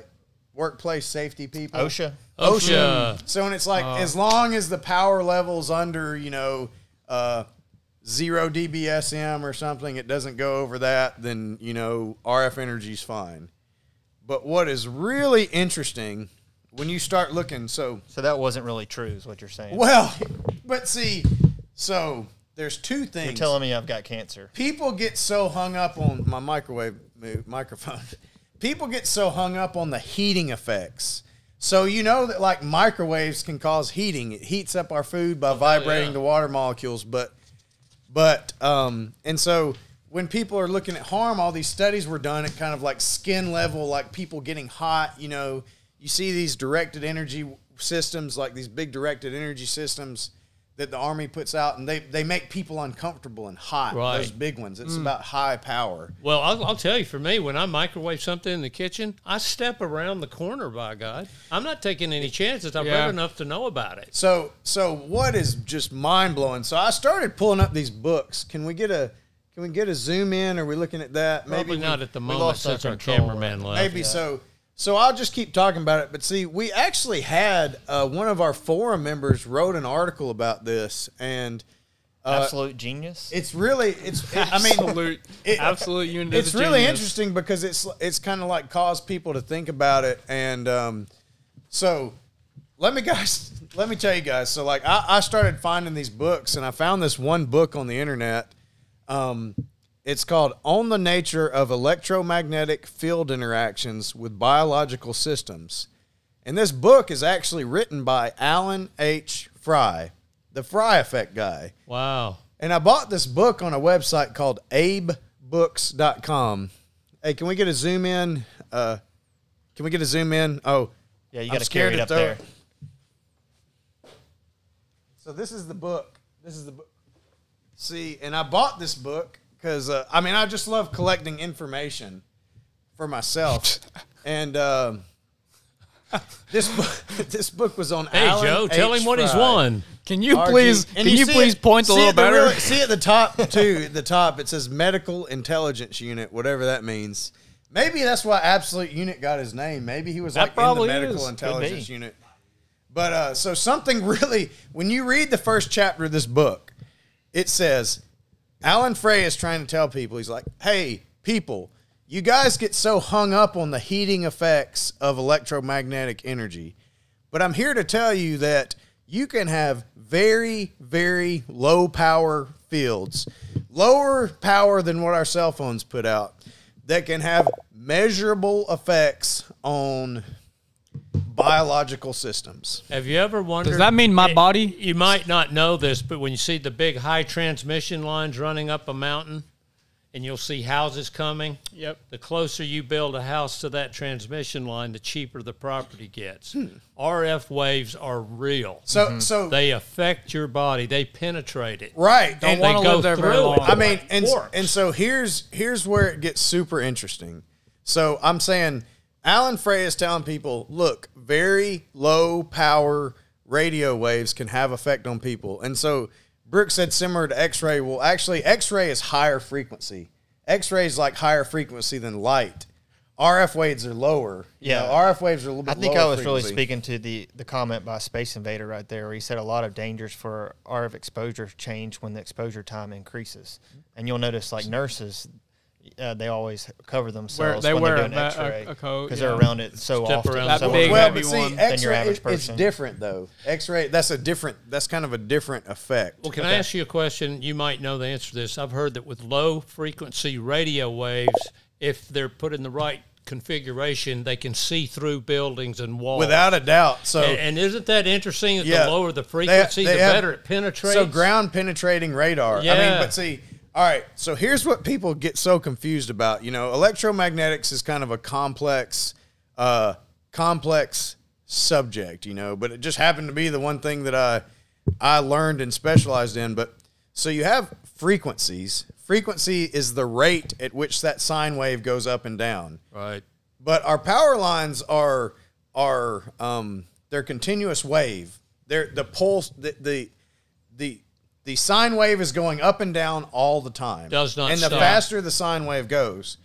workplace safety people.
OSHA.
OSHA.
So and it's like
Uh.
as long as the power levels under you know uh, zero dBSM or something, it doesn't go over that, then you know RF energy's fine. But what is really interesting when you start looking, so
So that wasn't really true, is what you're saying.
well, but see, so there's two things.
You're telling me I've got cancer.
people get so hung up on my microwave mo- microphone. People get so hung up on the heating effects. So you know that like microwaves can cause heating. It heats up our food by vibrating the water molecules, but but um and so when people are looking at harm, all these studies were done at kind of like skin level, like people getting hot, you know, you see these directed energy systems, like these big directed energy systems that the army puts out and they, they make people uncomfortable and hot.
Right. Mm.
Those big ones. It's about high power.
Well, I'll, I'll tell you, for me, when I microwave something in the kitchen, I step around the corner. By God, I'm not taking any chances. I've
Yeah.
read enough to know about it.
So so what is just mind blowing? So I started pulling up these books. Can we get a can we get a zoom in? Are we looking at that?
Probably
we-
not at the moment
lost our
since our
control.
cameraman left.
Maybe so. So I'll just keep talking about it. But see, we actually had uh, one of our forum members wrote an article about this, and uh,
Absolute genius.
It's really it's. it- I mean,
Absolute-
absolute unit is
It's
a
really
genius.
interesting because it's it's kind of like caused people to think about it, and um, so let me guys let me tell you guys. So like I, I started finding these books, and I found this one book on the internet. Um, it's called "On the Nature of Electromagnetic Field Interactions with Biological Systems." And this book is actually written by Alan H. Fry, the Fry Effect guy.
Wow.
And I bought this book on a website called abebooks.com. Hey, can we get a zoom in? Uh, can we get a zoom in? Oh,
Yeah, you
I'm
gotta
scared
carry it
to
up
throw
there.
So this is the book. This is the book. See, and I bought this book because uh, I mean I just love collecting information for myself. and um this book, this book was on.
Hey,
Alan
Joe, tell
H.
him what he's
Fry.
won.
Can you
RG.
please?
And
Can you,
see
please
it-
point a
see
little
at the
better?
really- see at the top too. at the top it says Medical Intelligence Unit, whatever that means. Maybe that's why Absolute Unit got his name. Maybe he was
That
like in the
probably
Medical
is. Could
Intelligence
be.
Unit. But uh, so something really, when you read the first chapter of this book, it says Alan Frey is trying to tell people, he's like, hey, people, you guys get so hung up on the heating effects of electromagnetic energy. But I'm here to tell you that you can have very, very low power fields, lower power than what our cell phones put out, that can have measurable effects on biological systems.
Have you ever wondered?
Does that mean my
Hey,
body?
You might not know this, but when you see the big high transmission lines running up a mountain, and you'll see houses coming.
Yep.
The closer you build a house to that transmission line, the cheaper the property gets.
Hmm.
RF waves are real.
So, so
they affect your body. They penetrate it.
Right.
Don't
And
wanna
they go
live there very
through it.
long.
I mean, and
Or-
and so here's here's where it gets super interesting. So I'm saying Alan Frey is telling people, look, very low power radio waves can have effect on people. And so Brooke said similar to X-ray. Well, actually, X-ray is higher frequency. X-ray is like higher frequency than light. RF waves are lower. You
Yeah.
know, RF waves are a little
I
bit.
think
lower
I was really
frequency.
speaking to the, the comment by Space Invader right there, where he said a lot of dangers for RF exposure change when the exposure time increases. And you'll notice, like nurses, uh, they always cover themselves
they
when
wear
they're
a
doing
ma- a-
X-ray
a coat,
because
yeah.
they're around it so
Step
often.
around
That
so
big
often.
Well,
heavy
but see,
one than your
X-ray
average
it- it's
person.
different though. X-ray that's a different that's kind of a different effect.
Well, can I ask you a question? You might know the answer to this. I've heard that with low frequency radio waves, if they're put in the right configuration, they can see through buildings and walls.
Without a doubt. So
and, and isn't that interesting that
yeah,
the lower the
They-
frequency,
they
the
have-
better it penetrates?
So ground penetrating radar. I mean,
Yeah.
but see, all right. So here's what people get so confused about. You know, electromagnetics is kind of a complex, uh, complex subject. You know, but it just happened to be the one thing that I I learned and specialized in. But so you have frequencies. Frequency is the rate at which that sine wave goes up and down.
Right.
but our power lines are are um they're continuous wave they're the pulse the the the, the sine wave is going up and down all the time
Does not
and the
stop.
faster the sine wave goes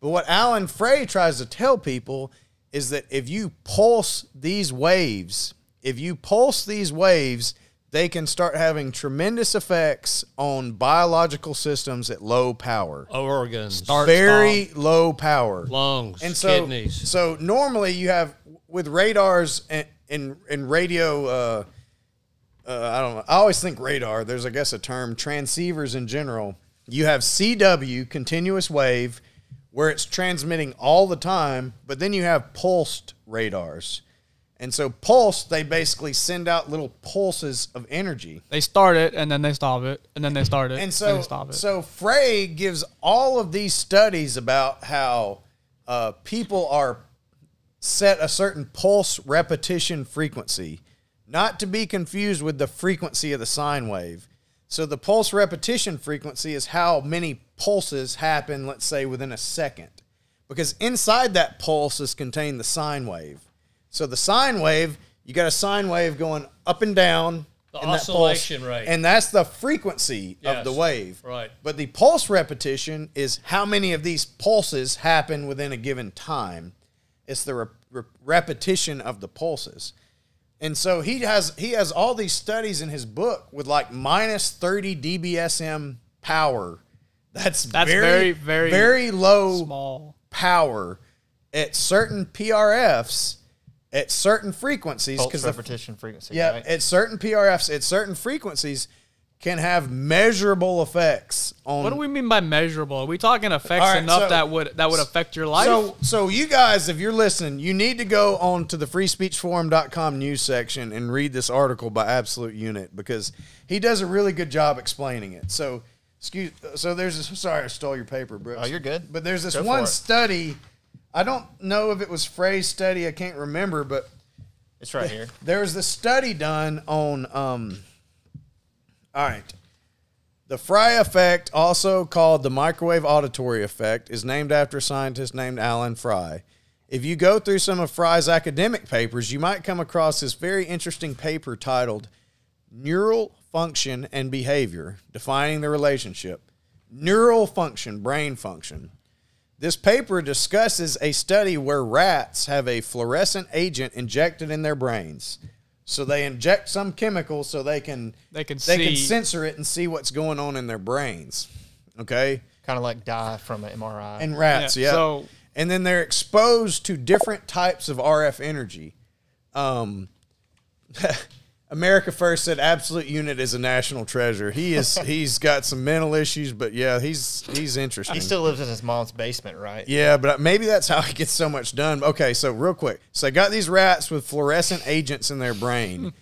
but what alan frey tries to tell people is that if you pulse these waves if you pulse these waves they can start having tremendous effects on biological systems at low power
Organs,
very low power
lungs,
and so,
kidneys.
So normally you have with radars and and, and radio. Uh, uh, I don't know. I always think radar. There's I guess a term transceivers in general. You have CW continuous wave, where it's transmitting all the time, but then you have pulsed radars. And so pulse, they basically send out little pulses of energy.
They start it and then they stop it and then they start it
And
then
so,
they stop it.
so Frey gives all of these studies about how uh, people are set a certain pulse repetition frequency, not to be confused with the frequency of the sine wave. So the pulse repetition frequency is how many pulses happen, let's say, within a second, because inside that pulse is contained the sine wave. So the sine wave, you got a sine wave going up and down.
The
in that pulse,
oscillation rate.
And that's the frequency of
Yes,
the wave.
right.
But the pulse repetition is how many of these pulses happen within a given time. It's the re- re- repetition of the pulses. And so he has he has all these studies in his book with like minus 30 dBSM power. That's,
That's very,
very
very
very low
small.
power at certain PRFs at certain frequencies
Pulse
the-
repetition frequency,
Yeah,
right?
at certain PRFs at certain frequencies can have measurable effects on
What do we mean by measurable? Are we talking effects
All right,
enough
so-
that would that would affect your life?
So, so you guys, if you're listening, you need to go on to the freespeechforum.com news section and read this article by Absolute Unit because he does a really good job explaining it. So, excuse. So there's this. Sorry, I stole your paper, Brooks.
Oh, you're good.
But there's this
Go for
one
it.
study. I don't know if it was Frey's study. I can't remember, but
It's right here.
there was this study done on. Um, all right. The Fry effect, also called the microwave auditory effect, is named after a scientist named Alan Fry. If you go through some of Fry's academic papers, you might come across this very interesting paper titled Neural Function and Behavior Defining the Relationship. Neural function, brain function. This paper discusses a study where rats have a fluorescent agent injected in their brains. So they inject some chemical so they can
They can
they can
see-
censor it and see what's going on in their brains. Okay?
Kind of like die from an MRI.
And rats,
Yeah,
yeah.
so-
and then they're exposed to different types of RF energy. Um America First said absolute unit is a national treasure. He is he's got some mental issues, but yeah, he's he's interesting.
he still lives in his mom's basement, right?
Yeah, but maybe that's how it gets so much done. Okay, so real quick. So I got these rats with fluorescent agents in their brain,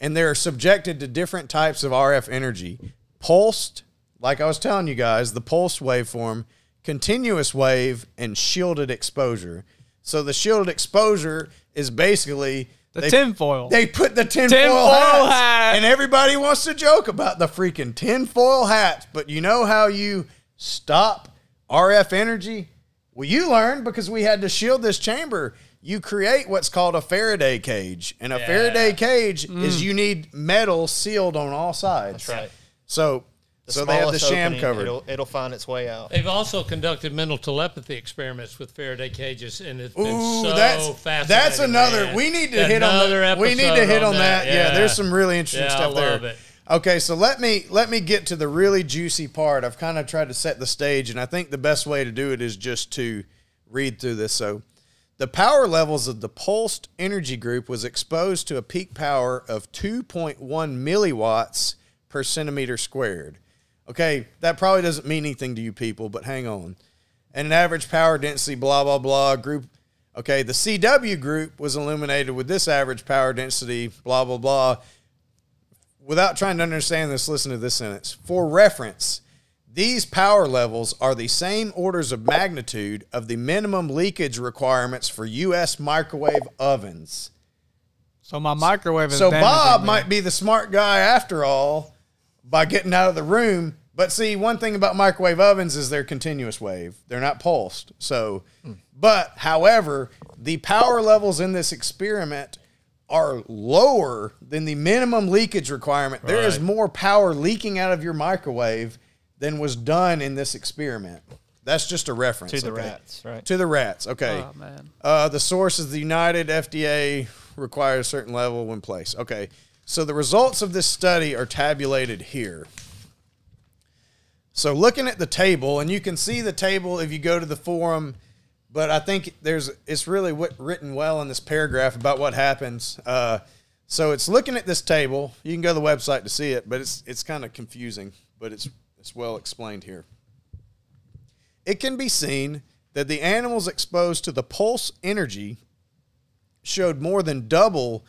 and they're subjected to different types of RF energy. Pulsed, like I was telling you guys, the pulsed waveform, continuous wave, and shielded exposure. So the shielded exposure is basically
the tinfoil.
they put the tinfoil,
Tinfoil
hats,
hat.
and everybody wants to joke about the freaking tinfoil hats. But you know how you stop RF energy? Well, you learned because we had to shield this chamber. You create what's called a Faraday cage, and a Faraday cage is you need metal sealed on all sides.
That's right.
So,
The
so they have the
smallest
sham
opening,
covered.
It'll, it'll find its way out.
They've also conducted mental telepathy experiments with Faraday cages, and it's been
Ooh,
so
that's
fascinating.
that's another.
man.
We need to
Another
hit on that. We need to
episode
hit on that. Yeah. there's some really interesting
Yeah, I
stuff
love
there.
it.
Okay, so let me let me get to the really juicy part. I've kind of tried to set the stage, and I think the best way to do it is just to read through this. So, the power levels of the pulsed energy group was exposed to a peak power of 2.1 milliwatts per centimeter squared. Okay, that probably doesn't mean anything to you people, but hang on. And an average power density, blah, blah, blah, group. Okay, the CW group was illuminated with this average power density, blah, blah, blah. Without trying to understand this, listen to this sentence. For reference, these power levels are the same orders of magnitude of the minimum leakage requirements for U.S. microwave ovens.
so my microwave is
So
damaging
Bob
me.
might be the smart guy after all by getting out of the room. But see, one thing about microwave ovens is they're continuous wave. They're not pulsed. So,
Hmm.
but however, the power levels in this experiment are lower than the minimum leakage requirement. There is
Right.
more power leaking out of your microwave than was done in this experiment. That's just a reference
To the
okay?
rats, right?
To the rats. Okay.
Oh, man.
Uh, the source is the United FDA requires a certain level when placed. Okay. So the results of this study are tabulated here. So looking at the table, and you can see the table if you go to the forum, but I think there's it's really what written well in this paragraph about what happens. Uh, so it's looking at this table. You can go to the website to see it, but it's it's kind of confusing, but it's it's well explained here it can be seen that the animals exposed to the pulse energy showed more than double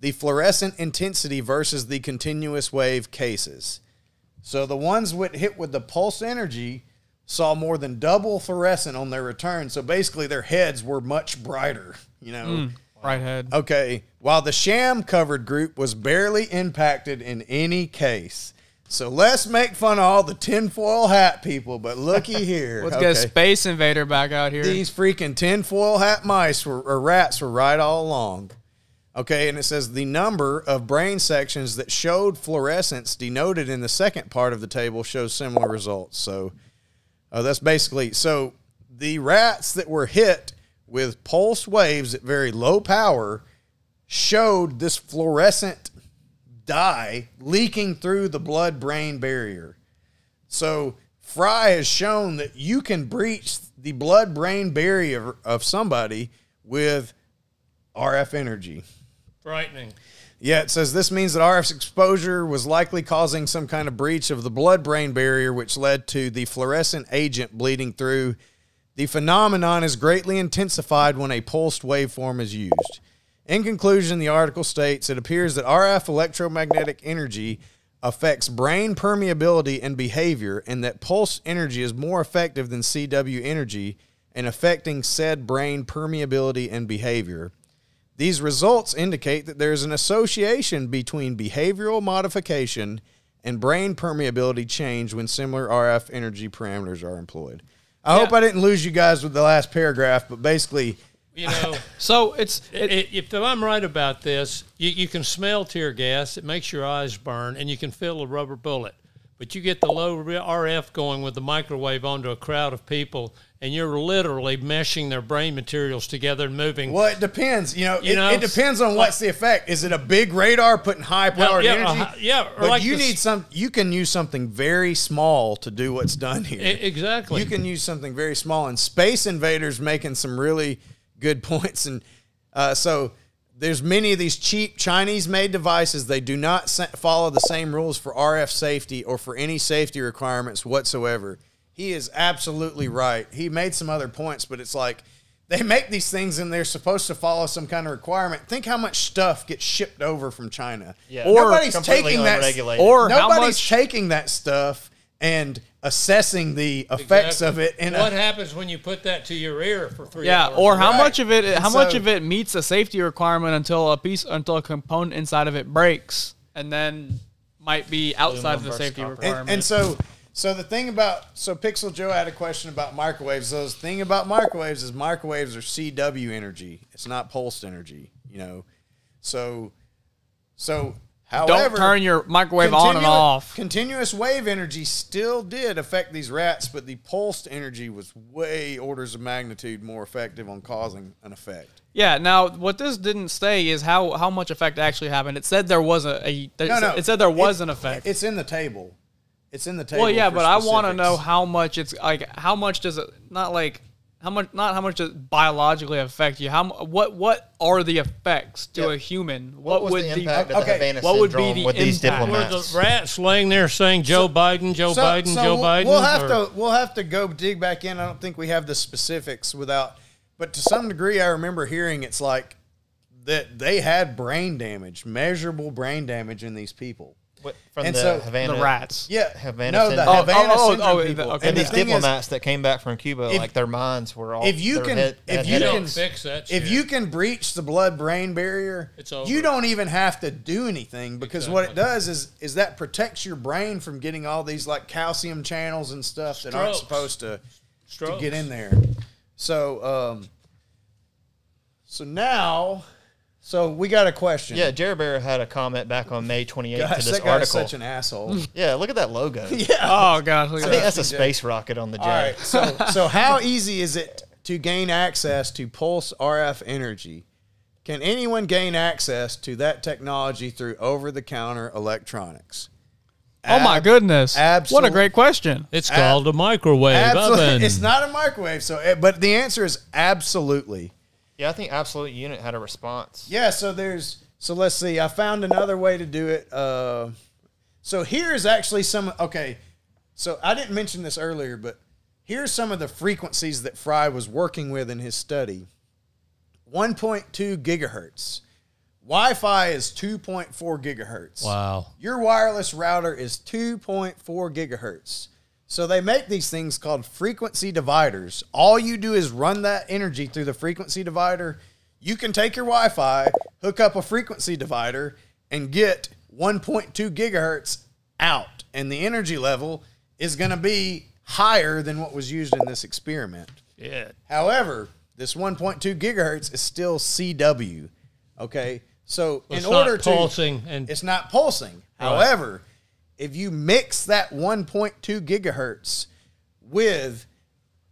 the fluorescent intensity versus the continuous wave cases. So the ones with hit with the pulse energy saw more than double fluorescent on their return. So basically their heads were much brighter, you know.
Hmm. right head.
Okay. While the sham covered group was barely impacted in any case. So let's make fun of all the tinfoil hat people, but looky here.
Let's
Okay.
get a space invader back out here.
These freaking tinfoil hat mice were, or rats were right all along. Okay, and it says the number of brain sections that showed fluorescence denoted in the second part of the table shows similar results. So uh, that's basically so the rats that were hit with pulse waves at very low power showed this fluorescent dye leaking through the blood brain barrier. So Fry has shown that you can breach the blood brain barrier of somebody with RF energy.
Frightening.
Yeah, it says this means that RF's exposure was likely causing some kind of breach of the blood brain barrier, which led to the fluorescent agent bleeding through. The phenomenon is greatly intensified when a pulsed waveform is used. In conclusion, the article states it appears that RF electromagnetic energy affects brain permeability and behavior, and that pulse energy is more effective than CW energy in affecting said brain permeability and behavior. These results indicate that there is an association between behavioral modification and brain permeability change when similar RF energy parameters are employed. I hope I didn't lose you guys with the last paragraph, but basically,
You know,
so it's
i- if I'm right about this, you, you can smell tear gas. It makes your eyes burn, and you can feel a rubber bullet. But you get the low re- RF going with the microwave onto a crowd of people, and you're literally meshing their brain materials together and moving.
well, it depends. You know,
You
it,
know,
it depends on what's the effect. Is it a big radar putting high powered
yeah,
energy?
uh, yeah, or
but
like
you
the s-
need some. You can use something very small to do what's done here.
E- exactly.
You can use something very small. And Space Invaders making some really good points. And uh, so there's many of these cheap Chinese-made devices. They do not sa- follow the same rules for RF safety or for any safety requirements whatsoever. He is absolutely right. He made some other points, but it's like they make these things and they're supposed to follow some kind of requirement. Think how much stuff gets shipped over from China.
Yeah.
Or nobody's
Completely
taking that
unregulated.
Or how
nobody's
much-
taking that stuff and assessing the effects of it in
what
a,
happens when you put that to your ear for three
Yeah,
hours?
or how
Right.
much of it?
And
How much
so-
of it meets a safety requirement until a piece, until a component inside of it breaks, and then might be outside of the
versus
safety
copper.
requirement.
and, and so so the thing about so Pixel Joe had a question about microwaves. So the thing about microwaves is microwaves are CW energy. It's not pulsed energy, you know. So so
don't
however
turn your microwave on and
continu-
off.
Continuous wave energy still did affect these rats, but the pulsed energy was way orders of magnitude more effective on causing an effect.
Yeah. Now, what this didn't say is how how much effect actually happened. It said there was a, a there-
No, no.
It said there was
It-
an effect.
It's in the table. It's in the table.
well, yeah,
for
but I want to
specifics.
know how much it's like. How much does it not like? How much not how much does it biologically affect you? How mu- what what are the effects to
Yep.
a human?
What was
would
the impact of
okay,
the Havana
what would be
syndrome
the
with these
impact?
Were
diplomats?
the rats laying there saying Joe Biden, Joe
So-
Biden,
so
Joe
we'll-
Biden?
We'll have
or-
to we'll have to go dig back in. I don't think we have the specifics without, but to some degree, I remember hearing it's like that they had brain damage, measurable brain damage in these people.
What- from
And
the
so-
Havana,
the rats?
Yeah,
Havana
no, the
syndrome. Oh,
Havana
oh, oh,
syndrome
oh,
people.
the- okay.
and
the
these
thing is-
diplomats that came back from Cuba,
if-
like their minds were all.
if you
their
can-
head-
if
had
You
you
headaches.
don't
can-
fix that.
if
shit.
you can breach the blood brain barrier,
It's over.
you don't even have to do anything because what it does is is that protects your brain from getting all these like calcium channels and stuff that aren't
Strokes.
supposed to, to
Strokes.
get in there. So um so now so we got a question.
yeah, Jared Barrow had a comment back on May 28th
Gosh,
to this
that guy's
article.
such an asshole.
yeah, look at that logo.
Oh gosh, look at
I
that.
think that's a space rocket on the
All right.
jet.
So, so how easy is it to gain access to pulse RF energy? Can anyone gain access to that technology through over the counter electronics?
Oh my
Ab-
goodness!
absolute-
What a great question.
it's called a microwave oven.
Absolutely. It's not a microwave. So, eh, but the answer is absolutely.
Yeah, I think Absolute Unit had a response.
Yeah. So there's, so let's see. I found another way to do it. Uh, so here's actually some, okay. So I didn't mention this earlier, but here's some of the frequencies that Fry was working with in his study 1.2 gigahertz. Wi Fi is 2.4 gigahertz.
wow.
Your wireless router is 2.4 gigahertz. So they make these things called frequency dividers. All you do is run that energy through the frequency divider. You can take your Wi Fi, hook up a frequency divider, and get 1.2 gigahertz out. And the energy level is going to be higher than what was used in this experiment.
Yeah.
However, this 1.2 gigahertz is still CW. Okay. So in
It's not
order to
pulsing and
it's not pulsing. However, if you mix that 1.2 gigahertz with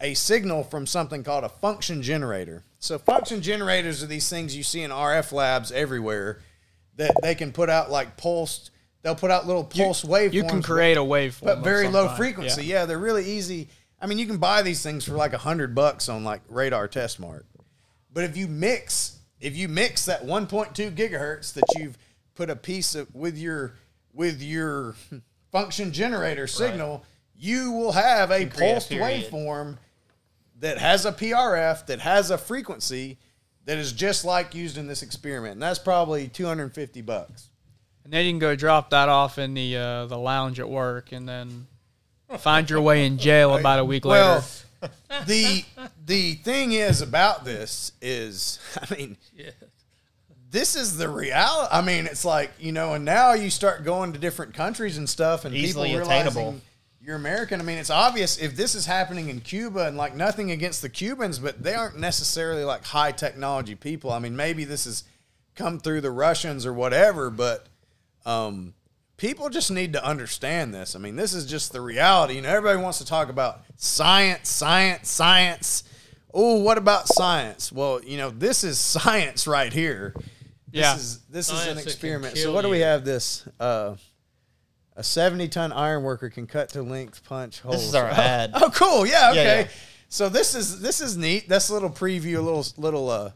a signal from something called a function generator. So function generators are these things you see in RF labs everywhere that they can put out like pulsed. They'll put out little pulse waveforms.
you can create a waveform
but
of
very
some
low
kind.
frequency.
Yeah.
Yeah. they're really easy. I mean, you can buy these things for like a hundred bucks on like Radar Test Mark. But if you mix, if you mix that 1.2 gigahertz that you've put a piece of with your with your function generator signal, you will have a
create a
pulsed
period.
waveform that has a PRF that has a frequency that is just like used in this experiment. And that's probably 250 bucks.
And then you can go drop that off in the uh, the lounge at work, and then find your way in jail about a week
well,
later.
the the thing is about this is, I mean, this is the reality. I mean, it's like you know, and now you start going to different countries and stuff, and
Easily
people realizing
attainable.
You're American. I mean, it's obvious if this is happening in Cuba, and like nothing against the Cubans, but they aren't necessarily like high technology people. I mean, maybe this has come through the Russians or whatever, but um, people just need to understand this. I mean, this is just the reality. You know, everybody wants to talk about science, science, science. Oh, what about science? Well, you know, this is science right here. This
Yeah.
is this is an
Science that can
experiment.
kill
So what do we
you.
have this? Uh, a seventy-ton iron worker can cut to length, punch holes.
is our
Oh,
ad.
Oh, cool. Yeah.
Yeah,
Okay.
yeah.
So this is this is neat. That's a little preview, a little little. uh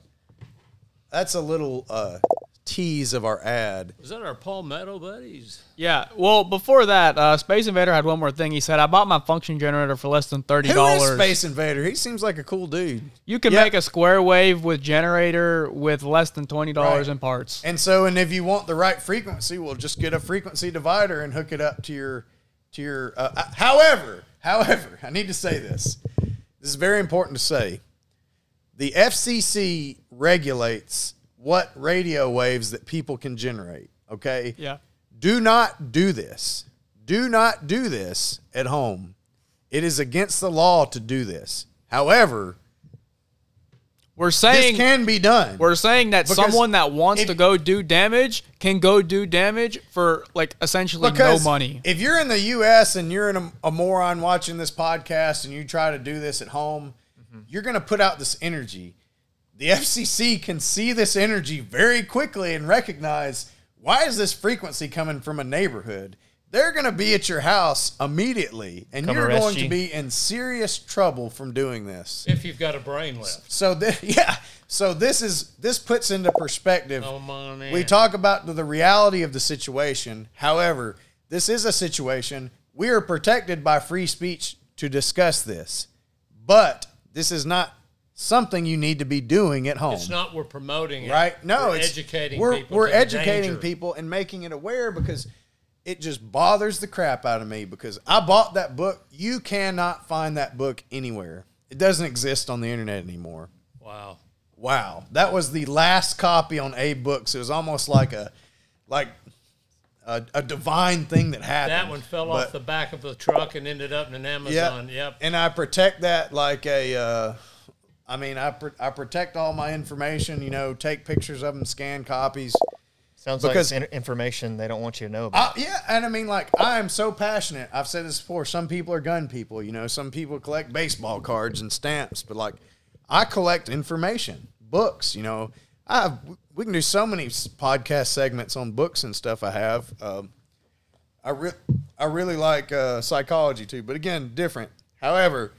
That's a little uh tease of our ad.
Was that our Palmetto buddies?
Yeah. Well, before that, uh, Space Invader had one more thing. He said, "I bought my function generator for less than thirty
Who is
dollars.
Space Invader? He seems like a cool dude.
You can
Yep.
make a square wave with generator with less than twenty dollars
Right.
in parts."
And so, and if you want the right frequency, we'll just get a frequency divider and hook it up to your, to your. Uh, uh, however, however, I need to say this. This is very important to say. The FCC regulates what radio waves that people can generate. Okay.
Yeah.
Do not do this. Do not do this at home. It is against the law to do this. However,
We're saying
this can be done.
we're saying that
Because
someone that wants
if-
to go do damage can go do damage for like essentially no money.
If you're in the U.S. and you're in a, a moron watching this podcast and you try to do this at home,
Mm-hmm.
you're going to put out this energy. The FCC can see this energy very quickly and recognize why is this frequency coming from a neighborhood. They're going to be at your house immediately, and
Come
you're
arrest
going to
you.
be in serious trouble from doing this.
If you've got a brain left.
So th- yeah, so this is this puts into perspective.
Come on in.
We talk about the, the reality of the situation. However, this is a situation we are protected by free speech to discuss this, but this is not something you need to be doing at home.
It's not we're promoting it.
right? No,
we're
it's
educating
We're
people.
we're
to the
educating
danger.
people and making it aware because it just bothers the crap out of me because I bought that book. You cannot find that book anywhere. It doesn't exist on the internet anymore.
Wow.
Wow, that was the last copy on A Books. It was almost like a, like, a, a divine thing that happened.
That one fell
But-
off the back of the truck and ended up in an Amazon. Yep.
And I protect that like a, uh, I mean, I pr- I protect all my information. You know, take pictures of them, scan copies.
Sounds
Because-
like it's in- information they don't want you to know about.
I, yeah, and I mean, like, I am so passionate. I've said this before. Some people are gun people, you know. Some people collect baseball cards and stamps, but like, I collect information, books. You know, I have, we can do so many s- podcast segments on books and stuff. I have. Um, I re- I really like uh, psychology too, but again, different. However,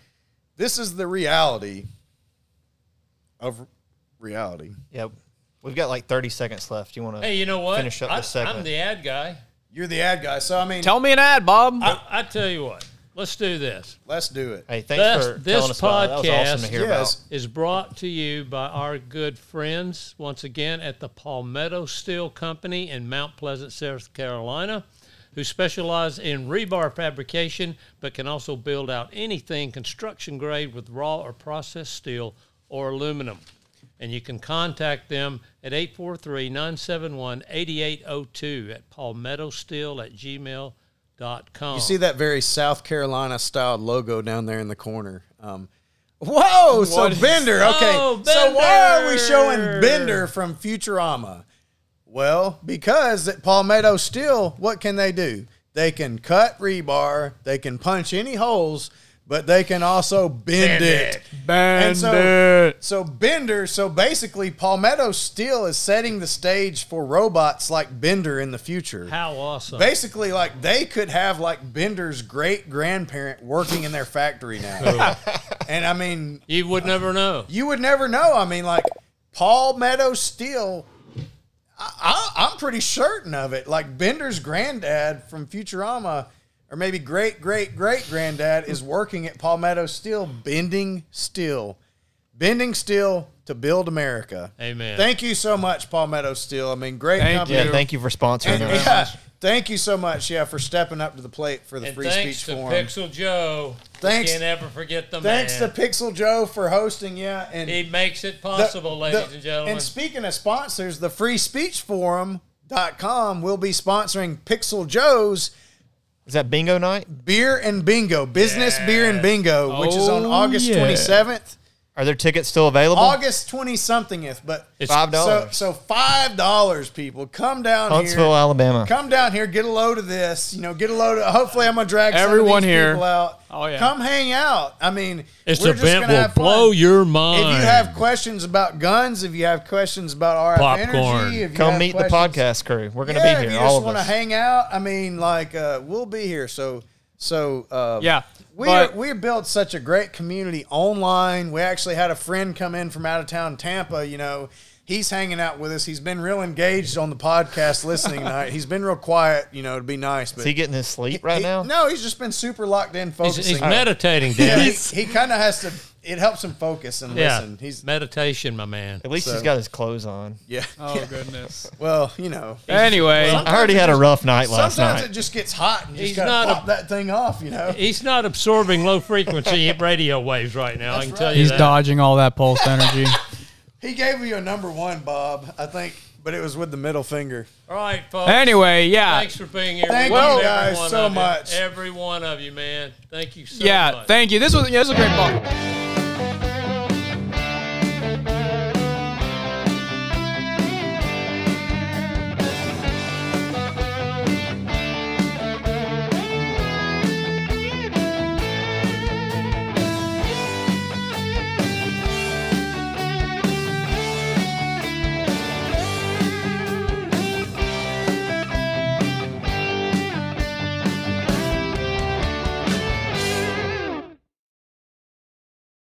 this is the reality of reality.
yep. We've got like 30 seconds left. You want to
Hey, you know what?
finish up
I,
this segment?
I'm the ad guy.
You're the ad guy, so I mean,
Tell me an ad, Bob.
I, I tell you what. Let's do this.
let's do it.
hey, thanks
This-
for
this
telling us about it. That was awesome
podcast-
to hear
Yes.
about.
is brought to you by our good friends once again at the Palmetto Steel Company in Mount Pleasant, South Carolina, who specialize in rebar fabrication but can also build out anything construction grade with raw or processed steel or aluminum. And you can contact them at 843 971 8802 at palmettosteel at gmail.com.
You see that very South Carolina style logo down there in the corner. Um, whoa! So
What is-
Bender, okay.
Oh,
So why are
Bender!
we showing Bender from Futurama? Well, because at Palmetto Steel, what can they do? They can cut rebar. They can punch any holes. but they can also bend,
Bend
it.
it. Bend
And so,
it.
So Bender, so basically Palmetto Steel is setting the stage for robots like Bender in the future.
How awesome.
Basically, like they could have like Bender's great grandparent working in their factory now. and I mean,
you would never know.
You would never know. I mean, like Paul Meadow Steel. I, I, I'm pretty certain of it. Like Bender's granddad from Futurama, or maybe great great great granddad, is working at Palmetto Steel, bending steel, bending steel to build America.
Amen.
Thank you so much, Palmetto Steel. I mean, great
Thank
company.
you. Yeah, thank you for sponsoring
And,
us.
yeah, thank you so much. Yeah, for stepping up to the plate for the
and
free
thanks
speech
to
forum.
Pixel Joe.
Thanks-
Can't ever forget the
Thanks
man.
to Pixel Joe for hosting. Yeah, and
He makes it
the-
possible, ladies
the-
and gentlemen.
And speaking of sponsors, the free speech forum.com will be sponsoring Pixel Joe's
Is that bingo night?
Beer and Bingo, Business Beer and Bingo, which is on
Oh,
August
yeah.
27th,
Are there tickets still available?
August 20 somethingth. But
It's- $5.
So, so $5, people. Come down
Huntsville,
here.
Alabama.
Come down here, get a load of this. You know, get a load of. Hopefully, I'm gonna drag some of
Everyone
these
here.
people out.
Oh, yeah.
come hang out. I mean,
This
we're just
event
gonna
will
have fun.
blow your
If
mind.
you have questions about guns, if you have questions about RF
Popcorn.
energy, if you
Come
have
meet
questions,
the podcast crew. We're going to
yeah,
be
If
here,
you
all
just
of
want to
us.
hang out, I mean, like uh, we'll be here. So, so uh,
Yeah,
we
but-
we built such a great community online. We actually had a friend come in from out of town, Tampa. You know. He's hanging out with us. He's been real engaged on the podcast listening tonight. He's been real quiet, you know, to be nice. But
Is he getting his sleep right
he-
now?
No, he's just been super locked in,
he's,
focusing.
he's meditating,
Yeah,
Dad.
he kind of has to. It helps him focus and
yeah.
listen. He's
meditation, my man.
At least
So-
he's got his clothes on.
yeah.
Oh goodness.
Well, you know.
Anyway,
I already had a rough night last
Sometimes
night.
it just gets hot and you
He's
just gotta
not a-
pop that thing off. You know.
He's not absorbing low frequency radio waves right now. I can tell you
he's
that.
dodging all that pulse energy.
He gave you a number one, Bob. I think, but it was with the middle finger.
All right, folks.
Anyway, yeah.
Thanks for being here.
Thank
We love
you
every
guys
one
so
of you.
much.
Every one of you, man. Thank you so
yeah,
much.
thank you. This was yeah, this was a great podcast.